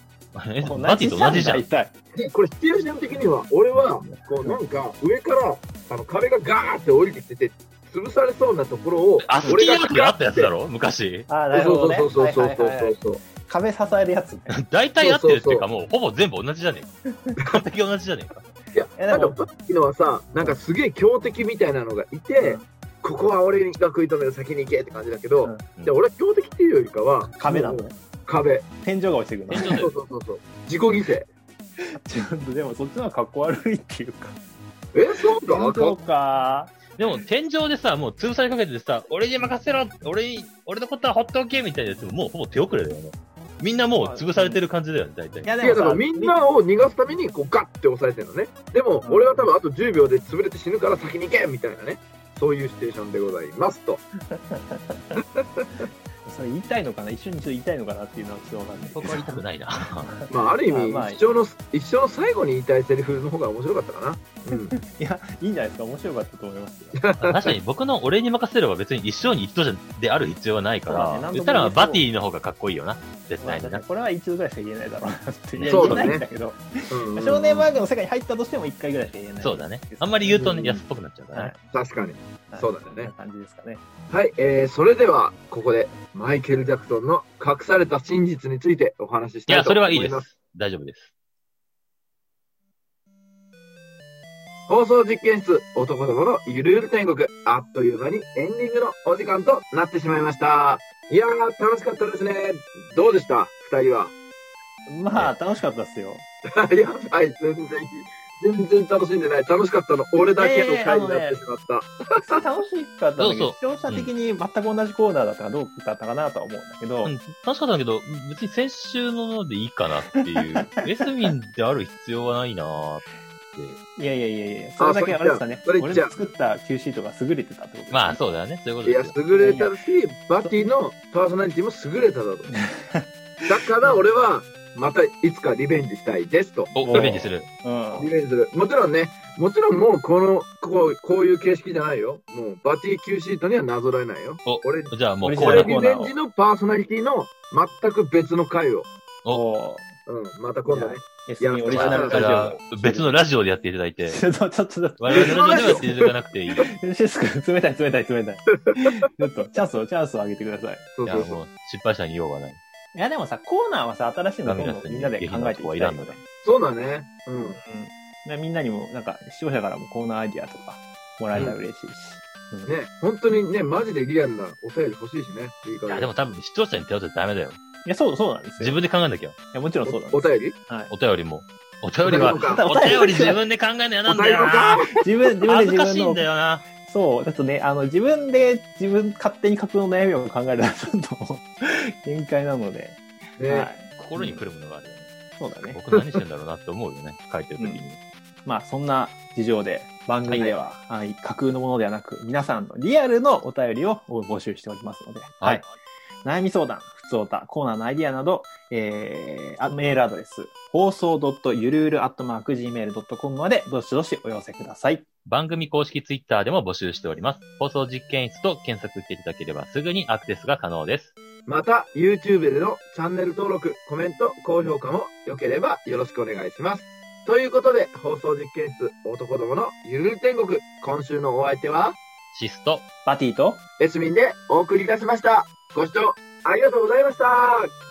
Speaker 1: スミンバティと同じじゃん。
Speaker 3: 痛い。
Speaker 2: でこれシチュエーション的には俺はこうなんか上からあの壁がガーって降りてきてて潰されそうなところを
Speaker 1: アス
Speaker 2: 俺
Speaker 1: キー
Speaker 2: が
Speaker 1: アートであったやつだろ昔。
Speaker 3: あー、なるほ
Speaker 2: そ
Speaker 3: ど
Speaker 2: う
Speaker 3: ね。
Speaker 2: そうそうそうそう
Speaker 3: はいはいはいはい
Speaker 2: そうそう
Speaker 3: 壁支えるやつね。
Speaker 1: 大体合ってるっていうか、もうほぼ全部同じじゃねえか。完璧同じじゃねえか。
Speaker 2: いや
Speaker 3: え
Speaker 2: なん
Speaker 3: で
Speaker 2: か
Speaker 3: も
Speaker 2: バッキーのはさなんかすげえ強敵みたいなのがいて、
Speaker 3: うん
Speaker 2: ここは俺が食い止める先に行けって感じだけど、
Speaker 1: うん
Speaker 2: で俺は強敵っていうよりかは
Speaker 3: 壁なのね。
Speaker 2: 壁
Speaker 3: 天井が落ちてく <laughs> るの。
Speaker 1: 天井だ
Speaker 2: そ
Speaker 1: よ
Speaker 2: うそうそうそう自己犠牲
Speaker 3: ちょっとでもそっちの方がかっこ悪いっていうか。
Speaker 2: えそうだあ
Speaker 3: 天
Speaker 2: か
Speaker 3: 井か。
Speaker 1: でも天井でさ、もう潰されかけてさ、俺に任せろ俺に、俺のことはほっておけみたいなやつも、もうほぼ手遅れだよね。みんなもう潰されてる感じだよね、大体
Speaker 3: い。や
Speaker 2: いやだからみんなを逃がすためにこうガッて押さえてるのねでも俺は多分あと10秒で潰れて死ぬから先に行けみたいなねそういうシチュエーションでございますと
Speaker 3: それ言いたいのかな一緒に一度言いたいのかなっていうのはちょっとわかんないけど。
Speaker 1: 僕は言いたくないな。
Speaker 2: まあある意味、
Speaker 3: あまあ
Speaker 2: 一生の一生の最後に言いたいセリフの方が面白かったかな、うん、
Speaker 3: <laughs> いや、いいんじゃないですか。面白かったと思いますよ。
Speaker 1: 確かに僕の俺に任せれば別に一生に一度じゃである必要はないか
Speaker 3: そうだね
Speaker 1: ら、
Speaker 3: 何度
Speaker 1: 言
Speaker 3: も
Speaker 1: った
Speaker 3: 言
Speaker 1: ら
Speaker 3: えそう
Speaker 1: バティの方がかっこいいよな。絶
Speaker 3: まあ
Speaker 1: 対にな。
Speaker 3: これは一度ぐらいしか言えないだろうなって
Speaker 1: ね
Speaker 3: 言えないんだけど、 <laughs>
Speaker 2: うんうん
Speaker 3: 少年漫画の世界に入ったとしても一回ぐらいしか言えない。
Speaker 1: そうだね。あんまり言うとね、安っぽくなっちゃうから
Speaker 3: は
Speaker 1: ね
Speaker 3: い。。
Speaker 2: 確かに
Speaker 3: はい
Speaker 2: そうだね
Speaker 3: こんな感じですかね。
Speaker 2: はい、えー、それではここでマイケル・ジャクソンの隠された真実についてお話しし
Speaker 1: い
Speaker 2: た
Speaker 1: や、
Speaker 2: いと
Speaker 1: それはいい
Speaker 2: 思い
Speaker 1: で
Speaker 2: ます
Speaker 1: す。大丈夫です。
Speaker 2: 放送実験室男どものゆるゆる天国あっという間にエンディングのお時間となってしまいましたいやー楽しかったですねどうでした二人は <laughs>
Speaker 3: まあ、楽しかったですよ。
Speaker 2: いやはい全然全然楽しんでない。楽しかったの、俺だけの回になってしまった。
Speaker 3: 楽しかったんだけど、視
Speaker 1: そ
Speaker 3: 聴者的に全く同じコーナーだったかどうだったかなとは思うんだけど、
Speaker 1: うん楽しかったんだけど、別に先週ののでいいかなっていう。
Speaker 3: <laughs>
Speaker 1: エスミンである必要はないなーって。
Speaker 3: いやいやいやいや、それだけあれですかね、
Speaker 2: それ
Speaker 3: 俺
Speaker 2: 言
Speaker 3: の
Speaker 2: っちゃう
Speaker 3: 作った QC とか優れてたってことですね
Speaker 1: まあ、そうだよね。そういうこと
Speaker 2: いや
Speaker 1: です、よ。
Speaker 2: 優れたし、バティのパーソナリティも優れただと。だから俺は、またいつかリベンジしたいですと。
Speaker 1: お、リベンジする。
Speaker 3: うん
Speaker 2: リベンジする。もちろんね、もちろんもうこの、こうこういう形式じゃないよ。もうバティ Q シートにはなぞらえないよ。
Speaker 1: お、
Speaker 2: 俺、
Speaker 1: じゃあもう
Speaker 3: 俺
Speaker 1: コ
Speaker 3: こ
Speaker 1: ー
Speaker 3: れ
Speaker 1: ナー。
Speaker 2: 俺リベンジのパーソナリティの全く別の回を。
Speaker 3: お
Speaker 2: うん、また今度ね。
Speaker 3: ー S にオリジナル
Speaker 1: か
Speaker 3: スタジ
Speaker 1: ら
Speaker 3: オ。、
Speaker 1: 別のラジオでやっていただいて。
Speaker 3: ちょっと、ちょっと、ちょっと
Speaker 1: 我々のラジオではやっていただかなくてい
Speaker 3: <laughs>
Speaker 1: い。い
Speaker 3: シス君、冷たい、冷たい、冷たい。ちょっと、チャンスを、チャンスをあげてください。
Speaker 2: そう
Speaker 1: や、
Speaker 2: そうそ
Speaker 1: も
Speaker 2: う。
Speaker 1: う、失敗者に用はない。
Speaker 3: いや、でもさ、コーナーはさ、新しいのどんど
Speaker 1: 涙
Speaker 3: ん
Speaker 1: して
Speaker 3: みんなで考えていきたいよね。
Speaker 2: そうだね。うん。
Speaker 3: うんでみんなにも、なんか、視聴者からもコーナーアイディアとか、もらえたら嬉しいし。うん
Speaker 2: ね、本当にね、マジでリアルなお便り欲しいしね。いいか
Speaker 1: い
Speaker 2: ら
Speaker 1: や、でも多分視聴者に頼ってダメだよ。
Speaker 3: いや、そう、そうなんですよ。
Speaker 1: 自分で考えなきゃ。
Speaker 3: いや、もちろんそうなん
Speaker 2: お
Speaker 3: で
Speaker 2: お便り
Speaker 3: す。はい。
Speaker 1: お便りも。お便りは、
Speaker 2: お便りも
Speaker 3: か
Speaker 1: お便り自分で考えなやなんだよな。
Speaker 3: 自分、自分
Speaker 1: 恥ず
Speaker 3: で
Speaker 1: か
Speaker 3: 自
Speaker 1: しいん
Speaker 3: 分
Speaker 1: だ
Speaker 3: の、
Speaker 1: よな。
Speaker 3: そう、だとね、あの、自分で、自分、勝手に架空の悩みを考えるのはちょっと、限界なので、は
Speaker 2: ね。
Speaker 3: い。
Speaker 1: 心に来るものがあるよね。
Speaker 3: そうだね。
Speaker 1: 僕何してんだろうなって思うよね。書いてる時に。
Speaker 3: まあ、そんな事情で番組では、はい架空のものではなく、皆さんのリアルのお便りを募集しておりますので、
Speaker 1: はい
Speaker 3: 悩み相談、ふつおた、コーナーのアイディアなど、えー、あメールアドレス、放送ゆるゆる .gmail.com までどしどしお寄せください。
Speaker 1: 番組公式ツイッターでも募集しております。放送実験室と検索していただければすぐにアクセスが可能です。
Speaker 2: また、YouTube でのチャンネル登録、コメント、高評価も良ければよろしくお願いします。ということで、放送実験室男どものゆる天国、今週のお相手は、
Speaker 1: シスト、
Speaker 3: バティと、
Speaker 2: エスミンでお送りいたしました。ご視聴ありがとうございました。